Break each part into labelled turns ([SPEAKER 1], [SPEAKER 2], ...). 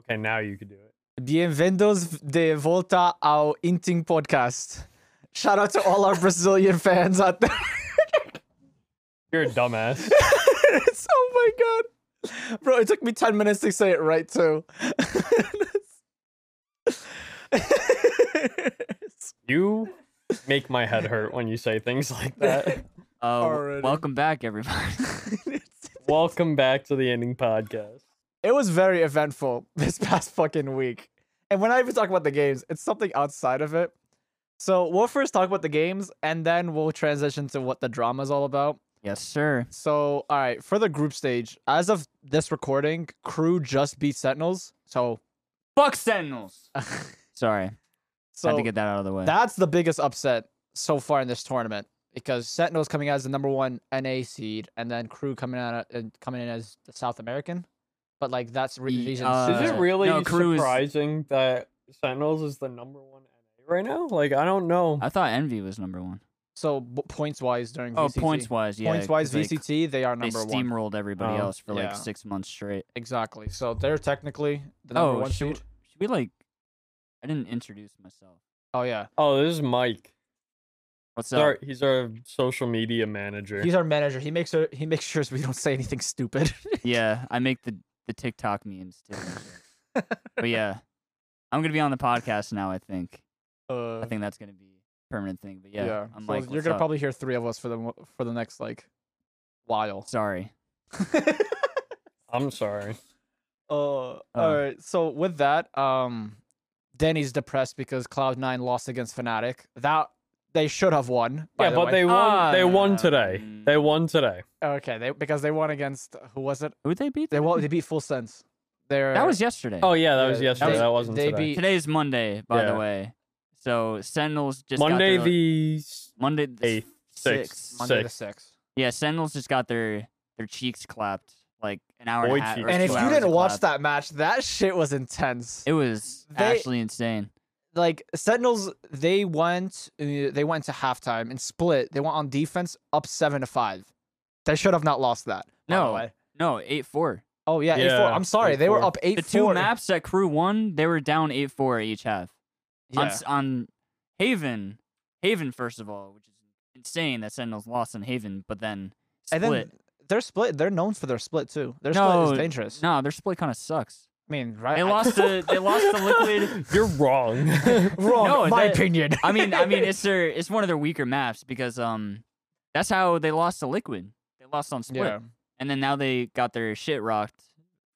[SPEAKER 1] Okay, now you could do it.
[SPEAKER 2] Bienvenidos de volta ao Inting Podcast. Shout out to all our Brazilian fans out there.
[SPEAKER 1] You're a dumbass.
[SPEAKER 2] It's- oh my god. Bro, it took me 10 minutes to say it right too.
[SPEAKER 1] you make my head hurt when you say things like that.
[SPEAKER 3] Uh, w-
[SPEAKER 2] Already.
[SPEAKER 3] welcome back, everybody.
[SPEAKER 1] Welcome back to the ending podcast.
[SPEAKER 2] it was very eventful this past fucking week. And when I even talk about the games, it's something outside of it. So we'll first talk about the games and then we'll transition to what the drama is all about.
[SPEAKER 3] yes, sir.
[SPEAKER 2] So, all right, for the group stage, as of this recording, Crew just beat Sentinels. So,
[SPEAKER 3] Fuck Sentinels. Sorry, had
[SPEAKER 2] so
[SPEAKER 3] to get that out of the way.
[SPEAKER 2] that's the biggest upset so far in this tournament because Sentinels coming out as the number one NA seed, and then Crew coming out and coming in as the South American. But like that's re-
[SPEAKER 3] Ye-
[SPEAKER 2] reason.
[SPEAKER 3] uh,
[SPEAKER 1] is it really
[SPEAKER 3] no, Crew is-
[SPEAKER 1] surprising that Sentinels is the number one NA right now? Like, I don't know.
[SPEAKER 3] I thought Envy was number one.
[SPEAKER 2] so b- points wise during
[SPEAKER 3] Oh,
[SPEAKER 2] VCT.
[SPEAKER 3] points wise, yeah.
[SPEAKER 2] points wise
[SPEAKER 3] 'cause they-
[SPEAKER 2] VCT they are
[SPEAKER 3] They
[SPEAKER 2] number one
[SPEAKER 3] steamrolled everybody
[SPEAKER 1] Oh,
[SPEAKER 3] else for
[SPEAKER 2] yeah.
[SPEAKER 3] like six months straight.
[SPEAKER 2] exactly. So they're technically the number
[SPEAKER 3] Oh,
[SPEAKER 2] one
[SPEAKER 3] should we,
[SPEAKER 2] seed.
[SPEAKER 3] should we like? I didn't introduce myself.
[SPEAKER 2] Oh yeah,
[SPEAKER 1] Oh, this is Mike.
[SPEAKER 3] What's
[SPEAKER 1] He's
[SPEAKER 3] up?
[SPEAKER 1] our, he's our social media manager.
[SPEAKER 2] he's our manager. He makes sure he makes sure we don't say anything stupid.
[SPEAKER 3] Yeah, I make the the TikTok memes too. and shit. but yeah, I'm gonna be on the podcast now. I think.
[SPEAKER 2] Uh,
[SPEAKER 3] I think that's gonna be a permanent thing. But yeah, I'm
[SPEAKER 2] so
[SPEAKER 3] like,
[SPEAKER 2] you're
[SPEAKER 3] "What's
[SPEAKER 2] gonna
[SPEAKER 3] up?"
[SPEAKER 2] probably hear three of us for the mo- for the next like while.
[SPEAKER 3] Sorry.
[SPEAKER 1] I'm sorry.
[SPEAKER 2] Uh, all right. So with that, um, Danny's depressed because Cloud Nine lost against Fnatic. That they should have won. by
[SPEAKER 1] Yeah,
[SPEAKER 2] the
[SPEAKER 1] but
[SPEAKER 2] way.
[SPEAKER 1] they won.
[SPEAKER 3] Ah,
[SPEAKER 1] they won today.
[SPEAKER 3] Um,
[SPEAKER 1] They won today.
[SPEAKER 2] okay. They because they won against uh, who was it?
[SPEAKER 3] Who they beat?
[SPEAKER 2] They
[SPEAKER 3] today?
[SPEAKER 2] won. They beat Full Sense. They're
[SPEAKER 3] That was yesterday.
[SPEAKER 1] Oh yeah, that
[SPEAKER 2] yeah,
[SPEAKER 1] was
[SPEAKER 2] they-
[SPEAKER 1] yesterday.
[SPEAKER 2] they-
[SPEAKER 1] that wasn't
[SPEAKER 2] they
[SPEAKER 1] today.
[SPEAKER 2] beat-
[SPEAKER 3] Today's Monday, by
[SPEAKER 1] Yeah.
[SPEAKER 3] the way. So Sentinels just got
[SPEAKER 1] Monday
[SPEAKER 3] their-
[SPEAKER 1] the s-
[SPEAKER 3] Monday the
[SPEAKER 1] eighth, sixth.
[SPEAKER 2] Monday
[SPEAKER 1] six.
[SPEAKER 2] the sixth.
[SPEAKER 3] Yeah, Sentinels just got their their cheeks clapped like an hour
[SPEAKER 1] Boy
[SPEAKER 3] and a half.
[SPEAKER 1] cheeks.
[SPEAKER 3] or
[SPEAKER 2] And
[SPEAKER 3] two
[SPEAKER 2] if you
[SPEAKER 3] hours
[SPEAKER 2] didn't
[SPEAKER 3] of
[SPEAKER 2] watch
[SPEAKER 3] clap.
[SPEAKER 2] that match, that shit was intense.
[SPEAKER 3] it was
[SPEAKER 2] They-
[SPEAKER 3] actually insane.
[SPEAKER 2] like Sentinels, they went uh, they went to halftime and split. They went on defense up seven to five. They should have not lost that. by the
[SPEAKER 3] No.
[SPEAKER 2] way.
[SPEAKER 3] No, eight four.
[SPEAKER 2] Oh yeah, eight four.
[SPEAKER 1] Yeah,
[SPEAKER 2] I'm sorry, they were
[SPEAKER 1] 8-4.
[SPEAKER 2] up eight
[SPEAKER 3] The
[SPEAKER 2] four.
[SPEAKER 3] two maps that crew won, they were down eight four each half.
[SPEAKER 2] Yeah.
[SPEAKER 3] On, s- on Haven, Haven first of all, which is insane that Sentinels lost on Haven, but then
[SPEAKER 2] And
[SPEAKER 3] split.
[SPEAKER 2] then they're split. They're known for their split too. Their split
[SPEAKER 3] No,
[SPEAKER 2] is dangerous.
[SPEAKER 3] no, their split kind of sucks.
[SPEAKER 2] I mean, right?
[SPEAKER 3] They
[SPEAKER 2] I-
[SPEAKER 3] lost the they lost the liquid.
[SPEAKER 1] You're wrong.
[SPEAKER 2] Wrong.
[SPEAKER 3] No,
[SPEAKER 2] my
[SPEAKER 3] that-
[SPEAKER 2] opinion.
[SPEAKER 3] I mean, I mean, it's their it's one of their weaker maps because um, that's how they lost to Liquid. They lost on Split,
[SPEAKER 2] yeah,
[SPEAKER 3] and then now they got their shit rocked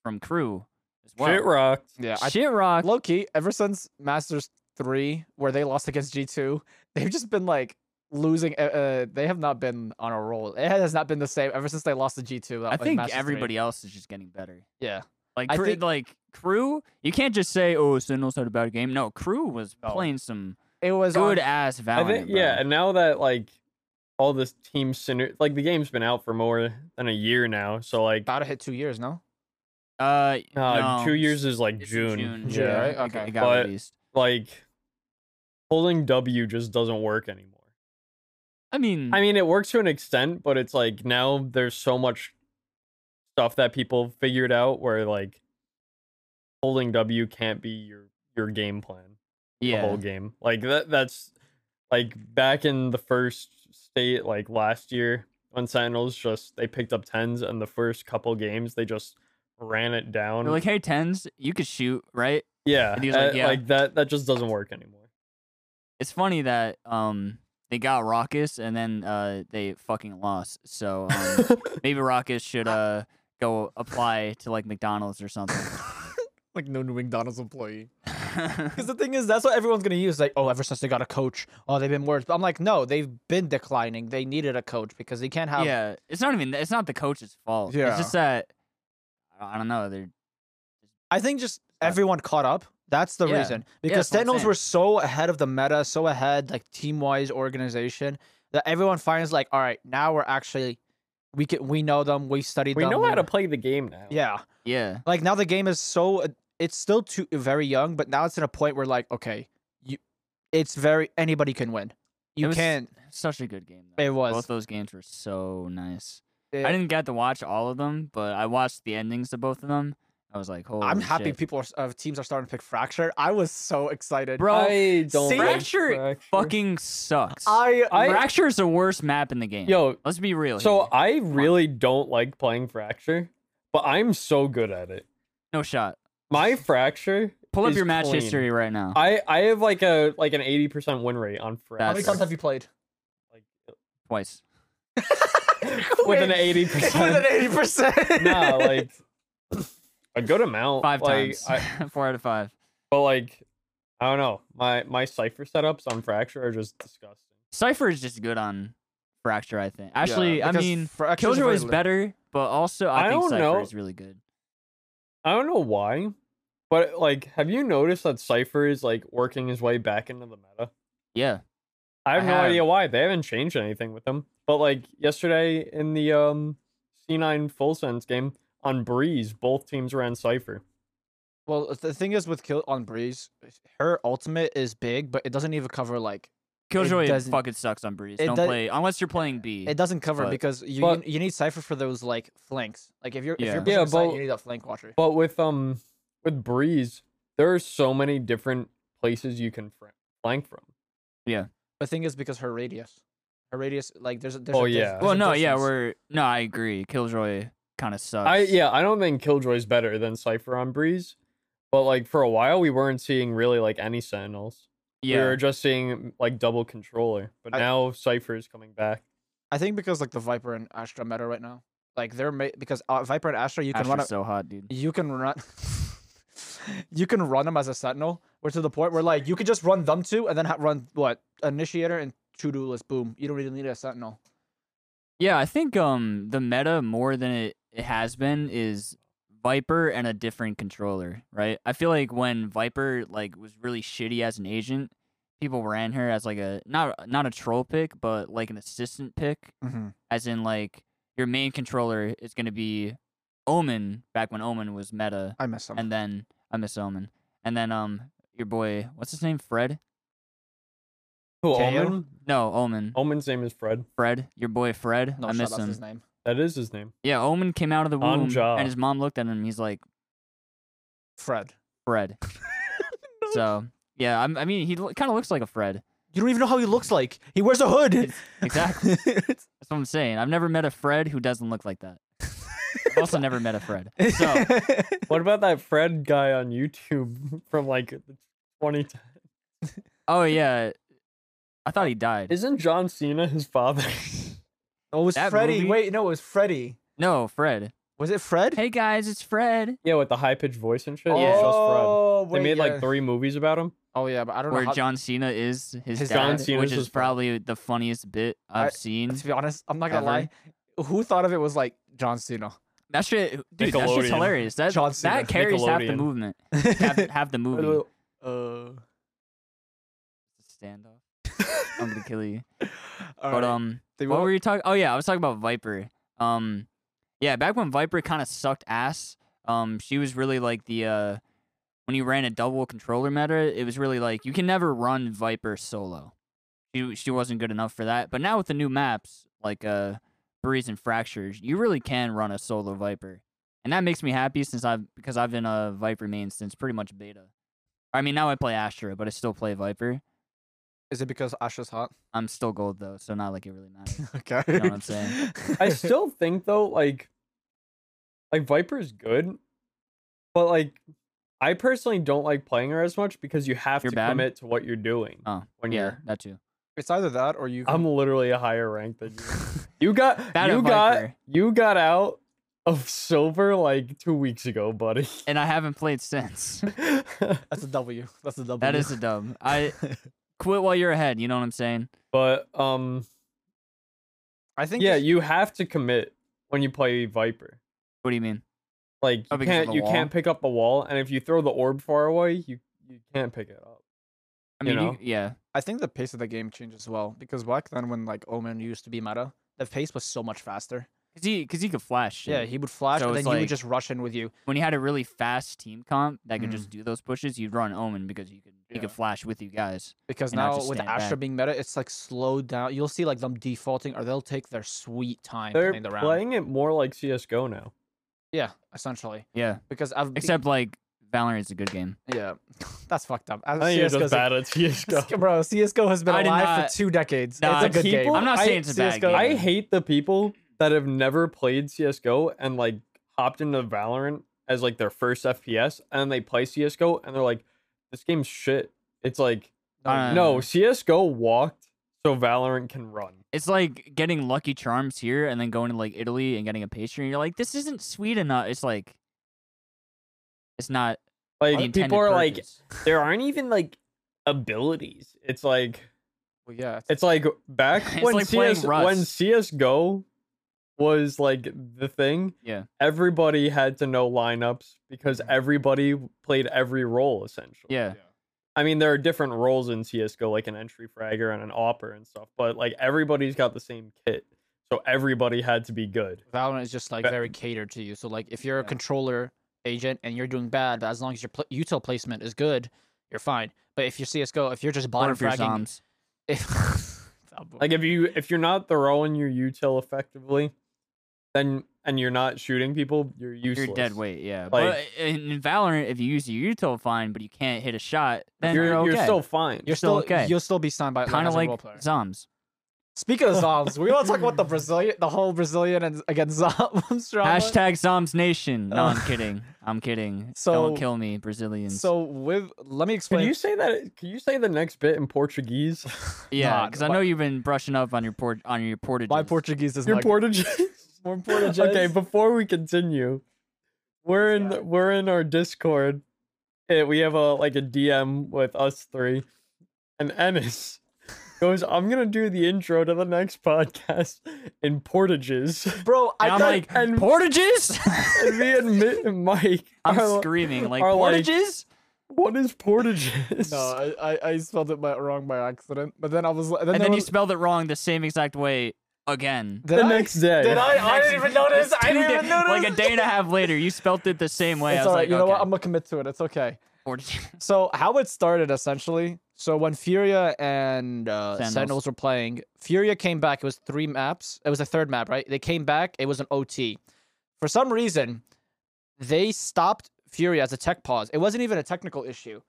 [SPEAKER 3] from Crew as well.
[SPEAKER 1] Shit rocked.
[SPEAKER 2] yeah. I,
[SPEAKER 3] Shit rocked.
[SPEAKER 2] low key, ever since Masters three, where they lost against G two, they've just been like losing. Uh, uh, they have not been on a roll. It has not been the same ever since they lost to G two. uh,
[SPEAKER 3] I think everybody else is just getting better.
[SPEAKER 2] Yeah.
[SPEAKER 3] Like,
[SPEAKER 2] I
[SPEAKER 3] Crew,
[SPEAKER 2] think-
[SPEAKER 3] like Crew, you can't just say, "Oh, Sentinels had a bad game." No, Crew was
[SPEAKER 2] No.
[SPEAKER 3] playing some
[SPEAKER 2] It was
[SPEAKER 3] good
[SPEAKER 2] on-
[SPEAKER 3] ass
[SPEAKER 1] I
[SPEAKER 3] Valorant.
[SPEAKER 1] think
[SPEAKER 3] bro.
[SPEAKER 1] yeah, and now that like all this team syner- like the game's been out for more than a year now, so like
[SPEAKER 2] about to hit two years. No,
[SPEAKER 3] Uh,
[SPEAKER 1] uh,
[SPEAKER 3] no,
[SPEAKER 1] two years
[SPEAKER 3] it's-
[SPEAKER 1] is like
[SPEAKER 3] it's
[SPEAKER 1] June.
[SPEAKER 3] in June.
[SPEAKER 2] June,
[SPEAKER 1] yeah,
[SPEAKER 2] right?
[SPEAKER 3] it got-
[SPEAKER 2] Okay.
[SPEAKER 3] it got
[SPEAKER 1] But-
[SPEAKER 3] released.
[SPEAKER 1] like holding W just doesn't work anymore.
[SPEAKER 3] I mean,
[SPEAKER 1] I mean, it works to an extent, but it's like now there's so much stuff that people figured out where like holding W can't be your your game plan
[SPEAKER 3] yeah.
[SPEAKER 1] the whole game. Like that that's like back in the first state like last year when Sentinels just they picked up tens and the first couple games they just ran it down.
[SPEAKER 3] They're like, hey, tens, you could shoot, right?
[SPEAKER 1] yeah,
[SPEAKER 3] and he was like,
[SPEAKER 1] uh,
[SPEAKER 3] "Yeah."
[SPEAKER 1] that that just doesn't work anymore.
[SPEAKER 3] It's funny that um they got Raucous and then uh they fucking lost. So um, maybe Raucous should uh go apply to like McDonald's or something.
[SPEAKER 2] like no McDonald's employee. Because the thing is, that's what everyone's gonna use. Like, oh, ever since they got a coach, oh, they've been worse. But I'm like, no, they've been declining. They needed a coach because they can't have.
[SPEAKER 3] yeah, it's not even it's not the coach's fault.
[SPEAKER 2] Yeah.
[SPEAKER 3] It's just that I don't know. They're
[SPEAKER 2] I think just
[SPEAKER 3] Sorry.
[SPEAKER 2] everyone caught up. That's the
[SPEAKER 3] Yeah.
[SPEAKER 2] reason
[SPEAKER 3] that's what I'm
[SPEAKER 2] because Sentinels
[SPEAKER 3] saying.
[SPEAKER 2] were so ahead of the meta, so ahead like team wise organization that everyone finds like, all right, now we're actually we can we know them, we studied
[SPEAKER 1] We
[SPEAKER 2] them,
[SPEAKER 1] know how to play the game now.
[SPEAKER 2] yeah.
[SPEAKER 3] yeah.
[SPEAKER 2] Like now the game is so uh, it's still too very young, but now it's at a point where like, okay, you, it's very anybody can win. You
[SPEAKER 3] It was-
[SPEAKER 2] can.
[SPEAKER 3] Such a good game. Though.
[SPEAKER 2] It was.
[SPEAKER 3] Both those games were so nice.
[SPEAKER 2] It-
[SPEAKER 3] I didn't get to watch all of them, but I watched the endings of both of them. I I was like, holy
[SPEAKER 2] I'm happy
[SPEAKER 3] shit.
[SPEAKER 2] people are, s- uh, teams are starting to pick Fracture. I was so excited.
[SPEAKER 3] Bro,
[SPEAKER 1] I don't like
[SPEAKER 3] Fracture
[SPEAKER 1] fracture.
[SPEAKER 3] fucking sucks.
[SPEAKER 2] I,
[SPEAKER 1] I-
[SPEAKER 3] Fracture is the worst map in the game.
[SPEAKER 1] Yo,
[SPEAKER 3] let's be real.
[SPEAKER 1] so
[SPEAKER 2] uh,
[SPEAKER 3] here.
[SPEAKER 1] I really don't like playing fracture, but I'm so good at it.
[SPEAKER 3] no shot.
[SPEAKER 1] My fracture.
[SPEAKER 3] Pull up
[SPEAKER 1] is
[SPEAKER 3] your match
[SPEAKER 1] clean.
[SPEAKER 3] history right now.
[SPEAKER 1] I I have like a like an eighty percent win rate on
[SPEAKER 2] how
[SPEAKER 1] fracture.
[SPEAKER 2] many
[SPEAKER 3] That's-
[SPEAKER 2] times have you played?
[SPEAKER 3] Twice.
[SPEAKER 1] with an
[SPEAKER 2] Wait,
[SPEAKER 1] eighty
[SPEAKER 2] With an
[SPEAKER 1] percent.
[SPEAKER 2] eighty percent.
[SPEAKER 1] Nah, like a good amount.
[SPEAKER 3] Five
[SPEAKER 1] like,
[SPEAKER 3] times.
[SPEAKER 1] I,
[SPEAKER 3] Four out of five.
[SPEAKER 1] But like, I don't know. My my cipher setups on fracture are just disgusting.
[SPEAKER 3] Cipher is just good on fracture, I think. Actually, I mean,
[SPEAKER 2] Fracture
[SPEAKER 3] Killjoy is better, but also I,
[SPEAKER 1] I
[SPEAKER 3] think
[SPEAKER 1] don't
[SPEAKER 3] Cipher
[SPEAKER 1] know.
[SPEAKER 3] is really good.
[SPEAKER 1] I don't know why, but like, have you noticed that cipher is like working his way back into the meta?
[SPEAKER 3] Yeah.
[SPEAKER 1] I have
[SPEAKER 3] I
[SPEAKER 1] no
[SPEAKER 3] have.
[SPEAKER 1] idea why. They haven't changed anything with them. But like yesterday in the um C9 full sense game on Breeze, both teams ran cipher.
[SPEAKER 2] Well, the thing is with Kill on Breeze, her ultimate is big, but it doesn't even cover like
[SPEAKER 3] Killjoy
[SPEAKER 2] doesn't-
[SPEAKER 3] fucking sucks on Breeze.
[SPEAKER 2] it
[SPEAKER 3] Don't
[SPEAKER 2] does-
[SPEAKER 3] play unless you're playing B.
[SPEAKER 2] it doesn't cover
[SPEAKER 3] But-
[SPEAKER 2] because you
[SPEAKER 1] but-
[SPEAKER 2] you, you need Cipher for those like flanks. Like if you're if
[SPEAKER 3] Yeah.
[SPEAKER 2] you're
[SPEAKER 1] Yeah,
[SPEAKER 2] pushing yeah,
[SPEAKER 1] but-
[SPEAKER 2] you need a flank watcher.
[SPEAKER 1] But with um with Breeze, there are so many different places you can fr- flank from.
[SPEAKER 2] The thing is because her radius, her radius like there's a there's
[SPEAKER 1] Oh,
[SPEAKER 2] a, dis-
[SPEAKER 1] yeah.
[SPEAKER 2] there's
[SPEAKER 3] well,
[SPEAKER 2] a
[SPEAKER 3] no, yeah,
[SPEAKER 2] distance.
[SPEAKER 3] we're no, I agree. Killjoy kind of sucks.
[SPEAKER 1] I yeah, I don't think Killjoy's better than Cypher on Breeze. But like for a while we weren't seeing really like any Sentinels.
[SPEAKER 3] yeah.
[SPEAKER 1] We were just seeing like double controller. But
[SPEAKER 2] I-
[SPEAKER 1] now Cypher is coming back.
[SPEAKER 2] I think because like the Viper and Astra meta right now, like they're ma- because uh, Viper and Astra you can run
[SPEAKER 3] Astra's
[SPEAKER 2] a,
[SPEAKER 3] so hot, dude.
[SPEAKER 2] you can run you can run them as a sentinel We're to the point where like you could just run them two and then ha- run what initiator and two duelists boom you don't really need a sentinel
[SPEAKER 3] Yeah, I think um the meta more than it, it has been is Viper and a different controller, right? I feel like when Viper like was really shitty as an agent, people ran her as like a not not a troll pick, but like an assistant pick,
[SPEAKER 2] mm-hmm.
[SPEAKER 3] as in like your main controller is gonna be Omen back when Omen was meta,
[SPEAKER 2] I miss them
[SPEAKER 3] and then I miss Omen, and then um your boy what's his name Fred?
[SPEAKER 1] Who
[SPEAKER 2] K.O.?
[SPEAKER 1] Omen?
[SPEAKER 3] No Omen,
[SPEAKER 1] Omen's name is Fred.
[SPEAKER 3] Fred, your boy Fred.
[SPEAKER 2] no
[SPEAKER 3] I
[SPEAKER 2] shut
[SPEAKER 3] miss
[SPEAKER 2] up, that's
[SPEAKER 3] him.
[SPEAKER 2] his name
[SPEAKER 1] That is his name.
[SPEAKER 3] Yeah, Omen came out of the
[SPEAKER 1] On
[SPEAKER 3] womb,
[SPEAKER 1] job.
[SPEAKER 3] and his mom looked at him. He's like
[SPEAKER 2] Fred
[SPEAKER 3] Fred. so yeah, I'm, I mean, he kind of looks like a Fred.
[SPEAKER 2] you don't even know how he looks like he wears a hood
[SPEAKER 3] It's- exactly. That's what I'm saying. I've never met a Fred who doesn't look like that. I've also never met a Fred. So
[SPEAKER 1] What about that Fred guy on YouTube from like 2010?
[SPEAKER 3] oh yeah, I thought he died.
[SPEAKER 1] Isn't John Cena his father?
[SPEAKER 2] oh, it was
[SPEAKER 3] That
[SPEAKER 2] Freddy
[SPEAKER 3] movie-
[SPEAKER 2] wait no it was Freddy
[SPEAKER 3] no, Fred.
[SPEAKER 2] was it Fred
[SPEAKER 3] Hey guys, it's Fred.
[SPEAKER 1] yeah, with the high pitched voice and shit.
[SPEAKER 3] Yeah.
[SPEAKER 1] Yeah. Just Fred.
[SPEAKER 2] oh,
[SPEAKER 1] They
[SPEAKER 2] wait,
[SPEAKER 1] made
[SPEAKER 2] yeah.
[SPEAKER 1] like three movies about him.
[SPEAKER 2] oh yeah but I don't
[SPEAKER 3] Where
[SPEAKER 2] know how,
[SPEAKER 3] John Cena is his,
[SPEAKER 2] His
[SPEAKER 3] dad,
[SPEAKER 1] John Cena's
[SPEAKER 3] which is
[SPEAKER 1] his father.
[SPEAKER 3] probably the funniest bit I've
[SPEAKER 2] I-
[SPEAKER 3] seen.
[SPEAKER 2] to be honest I'm not gonna
[SPEAKER 3] Ever.
[SPEAKER 2] lie who thought of it was like John Cena
[SPEAKER 3] That shit, dude, that
[SPEAKER 1] Nickelodeon.
[SPEAKER 3] shit's hilarious. That
[SPEAKER 2] John Cena.
[SPEAKER 3] that carries half the
[SPEAKER 1] Nickelodeon.
[SPEAKER 3] movement. Half, half the movie.
[SPEAKER 2] uh
[SPEAKER 3] Standoff. I'm gonna kill you.
[SPEAKER 2] All
[SPEAKER 3] but
[SPEAKER 2] right.
[SPEAKER 3] um,
[SPEAKER 2] They
[SPEAKER 3] what
[SPEAKER 2] won't-
[SPEAKER 3] Uh, were you talking? Oh yeah, I was talking about Viper. Um, yeah, back when Viper kind of sucked ass. Um, she was really like the uh, when you ran a double controller meta, it was really like you can never run Viper solo. She she wasn't good enough for that. But now with the new maps like uh, Breeze and Fractures, you really can run a solo Viper, and that makes me happy since I've because I've been a Viper main since pretty much beta. I mean, now I play Astra, but I still play Viper.
[SPEAKER 2] Is it because Asha's hot?
[SPEAKER 3] I'm still gold though, so not like it really matters.
[SPEAKER 2] Okay.
[SPEAKER 3] know what I'm saying?
[SPEAKER 1] I still think though, like, like Viper's good, but like, I personally don't like playing her as much because you have
[SPEAKER 3] You're
[SPEAKER 1] to
[SPEAKER 3] bad?
[SPEAKER 1] commit to what you're doing.
[SPEAKER 3] Oh,
[SPEAKER 1] when
[SPEAKER 3] yeah,
[SPEAKER 1] you're,
[SPEAKER 3] that too.
[SPEAKER 2] It's either that or you.
[SPEAKER 1] I'm literally a higher rank than you. You got,
[SPEAKER 3] Bad
[SPEAKER 1] you
[SPEAKER 3] at
[SPEAKER 1] got,
[SPEAKER 3] Viper.
[SPEAKER 1] you got out of silver like two weeks ago, buddy.
[SPEAKER 3] and I haven't played since.
[SPEAKER 2] That's a W. That's a W.
[SPEAKER 3] that is a dub. I quit while you're ahead. You know what I'm saying?
[SPEAKER 1] but um,
[SPEAKER 2] I think.
[SPEAKER 1] yeah,
[SPEAKER 2] You,
[SPEAKER 1] you have to commit when you play Viper.
[SPEAKER 3] What do you mean?
[SPEAKER 1] Like
[SPEAKER 3] Oh,
[SPEAKER 1] you
[SPEAKER 3] because of
[SPEAKER 1] can't,
[SPEAKER 3] the
[SPEAKER 1] you
[SPEAKER 3] wall?
[SPEAKER 1] can't pick up a wall, and if you throw the orb far away, you you can't pick it up.
[SPEAKER 3] I
[SPEAKER 1] You
[SPEAKER 3] mean, you
[SPEAKER 1] know.
[SPEAKER 3] yeah,
[SPEAKER 2] I think the pace of the game changed as well because back then when like Omen used to be meta, the pace was so much faster.
[SPEAKER 3] because he because he could flash. Shit.
[SPEAKER 2] Yeah, he would flash
[SPEAKER 3] So
[SPEAKER 2] and
[SPEAKER 3] it's
[SPEAKER 2] then you
[SPEAKER 3] like-
[SPEAKER 2] would just rush in with you.
[SPEAKER 3] when he had a really fast team comp that could
[SPEAKER 1] Mm.
[SPEAKER 3] just do those pushes, you'd run Omen because you could he could
[SPEAKER 2] Yeah.
[SPEAKER 3] flash with you guys.
[SPEAKER 2] Because
[SPEAKER 3] And not
[SPEAKER 2] now
[SPEAKER 3] just
[SPEAKER 2] with
[SPEAKER 3] stand
[SPEAKER 2] Astra
[SPEAKER 3] back.
[SPEAKER 2] being meta, it's like slowed down. You'll see like them defaulting or they'll take their sweet time
[SPEAKER 1] They're
[SPEAKER 2] playing the round.
[SPEAKER 1] playing it more like CS:GO now.
[SPEAKER 2] Yeah, essentially.
[SPEAKER 3] Yeah.
[SPEAKER 2] Because I've be-
[SPEAKER 3] Except like Valorant is a good game.
[SPEAKER 2] yeah, that's fucked up. I,
[SPEAKER 1] I think you're just bad at CSGO.
[SPEAKER 2] Bro, CS:GO has been
[SPEAKER 3] I did
[SPEAKER 2] alive
[SPEAKER 3] not-
[SPEAKER 2] for two decades.
[SPEAKER 3] Nah,
[SPEAKER 2] it's a good game.
[SPEAKER 1] people-
[SPEAKER 3] I'm not
[SPEAKER 1] I-
[SPEAKER 3] saying it's a bad
[SPEAKER 2] CS:GO
[SPEAKER 3] game.
[SPEAKER 1] I hate the people that have never played CSGO and like hopped into Valorant as like their first FPS and they play CSGO and they're like, this game's shit. It's like,
[SPEAKER 3] Uh,
[SPEAKER 1] no, CSGO walked so Valorant can run.
[SPEAKER 3] It's like getting Lucky Charms here and then going to like Italy and getting a pastry and you're like, this isn't sweet enough. It's like, it's not. the
[SPEAKER 1] Like,
[SPEAKER 3] intended
[SPEAKER 1] people are like,
[SPEAKER 3] purpose.
[SPEAKER 1] there aren't even like abilities. It's like,
[SPEAKER 2] Well, yeah, it's,
[SPEAKER 1] It's like back
[SPEAKER 3] It's
[SPEAKER 1] when
[SPEAKER 3] like playing
[SPEAKER 1] CS when
[SPEAKER 3] Rust.
[SPEAKER 1] CS:GO was like the thing.
[SPEAKER 3] Yeah. Mm-hmm.
[SPEAKER 1] Everybody had to know lineups because everybody played every role essentially.
[SPEAKER 3] yeah,
[SPEAKER 1] I mean, there are different roles in CS:GO, like an entry fragger and an opper and stuff, but like everybody's got the same kit, so everybody had to be good.
[SPEAKER 2] Valorant is just like
[SPEAKER 1] Ba-
[SPEAKER 2] very catered to you. So like, if you're a
[SPEAKER 1] Yeah.
[SPEAKER 2] controller agent and you're doing bad, but as long as your pl- util placement is good, you're fine. But if you're CS:GO, if you're just
[SPEAKER 3] or
[SPEAKER 2] bottom
[SPEAKER 3] if you're
[SPEAKER 2] fragging,
[SPEAKER 3] Zoms.
[SPEAKER 2] if
[SPEAKER 1] Like if you if you're not throwing your util effectively, then and you're not shooting people, you're useless.
[SPEAKER 3] You're dead weight, yeah.
[SPEAKER 1] Like-
[SPEAKER 3] but in in Valorant, if you use your util fine, but you can't hit a shot, then
[SPEAKER 1] You're,
[SPEAKER 3] okay.
[SPEAKER 1] you're still fine.
[SPEAKER 2] you're
[SPEAKER 3] still
[SPEAKER 2] still,
[SPEAKER 3] okay.
[SPEAKER 2] you'll still be signed by
[SPEAKER 3] kind of
[SPEAKER 2] as a
[SPEAKER 3] like
[SPEAKER 2] role player.
[SPEAKER 3] Zoms.
[SPEAKER 2] Speaking of zombies, we want to talk about the Brazilian, the whole Brazilian and against zombies drama.
[SPEAKER 3] Hashtag Zoms Nation. No, I'm
[SPEAKER 2] Uh,
[SPEAKER 3] kidding. I'm kidding.
[SPEAKER 2] so-
[SPEAKER 3] Don't kill me, Brazilians.
[SPEAKER 2] So with, let me
[SPEAKER 1] Can
[SPEAKER 2] explain.
[SPEAKER 1] you say that? Can you say the next bit in Portuguese?
[SPEAKER 3] yeah,
[SPEAKER 2] Nah,
[SPEAKER 3] because I
[SPEAKER 2] my-
[SPEAKER 3] know you've been brushing up on your port on your portage.
[SPEAKER 2] my Portuguese is
[SPEAKER 1] Your
[SPEAKER 2] not
[SPEAKER 1] Portuguese.
[SPEAKER 2] more
[SPEAKER 1] okay, before we continue, we're in
[SPEAKER 2] Yeah.
[SPEAKER 1] we're in our Discord. Eh, we have a like a DM with us three, and Ennis goes, "I'm gonna do the intro to the next podcast in Portages."
[SPEAKER 2] bro, I
[SPEAKER 3] And I'm
[SPEAKER 2] thought-
[SPEAKER 3] like
[SPEAKER 1] and-
[SPEAKER 3] portages.
[SPEAKER 1] And me and Mi- and Mike
[SPEAKER 3] I'm
[SPEAKER 1] are like,
[SPEAKER 3] screaming like
[SPEAKER 1] are like-
[SPEAKER 3] portages.
[SPEAKER 1] "What is Portages?"
[SPEAKER 2] no, I, I, I spelled it by, wrong by accident. But then I was, then
[SPEAKER 3] and
[SPEAKER 2] there
[SPEAKER 3] then you
[SPEAKER 2] was-
[SPEAKER 3] spelled it wrong the same exact way again.
[SPEAKER 2] did
[SPEAKER 1] the
[SPEAKER 2] I-
[SPEAKER 1] next day.
[SPEAKER 2] Did I? I
[SPEAKER 3] Next-
[SPEAKER 2] didn't even notice. I
[SPEAKER 3] Two
[SPEAKER 2] didn't
[SPEAKER 3] da-
[SPEAKER 2] even notice.
[SPEAKER 3] Like a day and a half later, you spelled it the same way.
[SPEAKER 2] It's
[SPEAKER 3] I
[SPEAKER 2] alright.
[SPEAKER 3] was like,
[SPEAKER 2] you know
[SPEAKER 3] okay.
[SPEAKER 2] what? I'm gonna commit to it. It's okay.
[SPEAKER 3] Portages.
[SPEAKER 2] So how it started essentially. So when Furia and uh,
[SPEAKER 3] Sentinels.
[SPEAKER 2] Sentinels. were playing, Furia came back. It was three maps. It was a third map, right? They came back. It was an OT. For some reason,
[SPEAKER 3] Hmm.
[SPEAKER 2] they stopped Furia as a tech pause. It wasn't even a technical issue.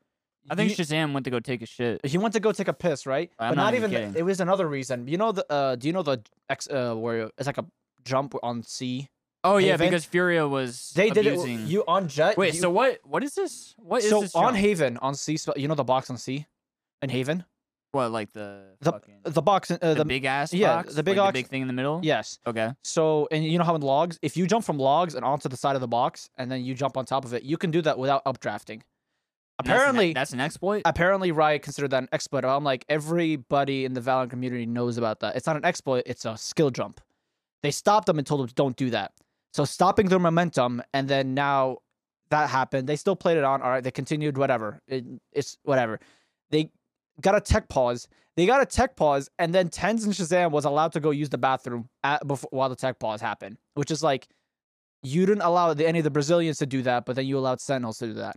[SPEAKER 3] I think
[SPEAKER 2] You-
[SPEAKER 3] Shazam went to go take a shit.
[SPEAKER 2] he went to go take a piss, right?
[SPEAKER 3] I'm
[SPEAKER 2] but
[SPEAKER 3] not
[SPEAKER 2] not,
[SPEAKER 3] even
[SPEAKER 2] even.
[SPEAKER 3] kidding.
[SPEAKER 2] it was another reason. You know the? Uh, do you know the X? Uh, where it's like a jump on C.
[SPEAKER 3] Oh
[SPEAKER 2] Hey,
[SPEAKER 3] yeah,
[SPEAKER 2] Vin-
[SPEAKER 3] because Furia was
[SPEAKER 2] They did it.
[SPEAKER 3] abusing.
[SPEAKER 2] You on jet?
[SPEAKER 3] Wait,
[SPEAKER 2] you-
[SPEAKER 3] so what? What is this? What is
[SPEAKER 2] so
[SPEAKER 3] this?
[SPEAKER 2] on
[SPEAKER 3] jump?
[SPEAKER 2] Haven on C. sp- You know the box on C, in Haven.
[SPEAKER 3] what like the
[SPEAKER 2] The-
[SPEAKER 3] fucking,
[SPEAKER 2] The box. in- Uh,
[SPEAKER 3] the,
[SPEAKER 2] the,
[SPEAKER 3] big ass
[SPEAKER 2] yeah,
[SPEAKER 3] box,
[SPEAKER 2] the big
[SPEAKER 3] like
[SPEAKER 2] ox-
[SPEAKER 3] the big thing in the middle.
[SPEAKER 2] Yes.
[SPEAKER 3] Okay.
[SPEAKER 2] So, and you know how in logs, if you jump from logs and onto the side of the box, and then you jump on top of it, you can do that without updrafting.
[SPEAKER 3] And that's an- e,
[SPEAKER 2] Apparently,
[SPEAKER 3] that's an, exploit.
[SPEAKER 2] apparently Riot considered that an exploit. I'm like, everybody in the Valorant community knows about that. It's not an exploit, it's a skill jump. They stopped them and told them don't do that. So stopping their momentum, and then now that happened. They still played it on. All right, they continued, whatever. It, it's whatever. They got a tech pause. They got a tech pause, and then Tenzin Shazam was allowed to go use the bathroom at, before, while the tech pause happened, which is like, you didn't allow the, any of the Brazilians to do that, but then you allowed Sentinels to do that.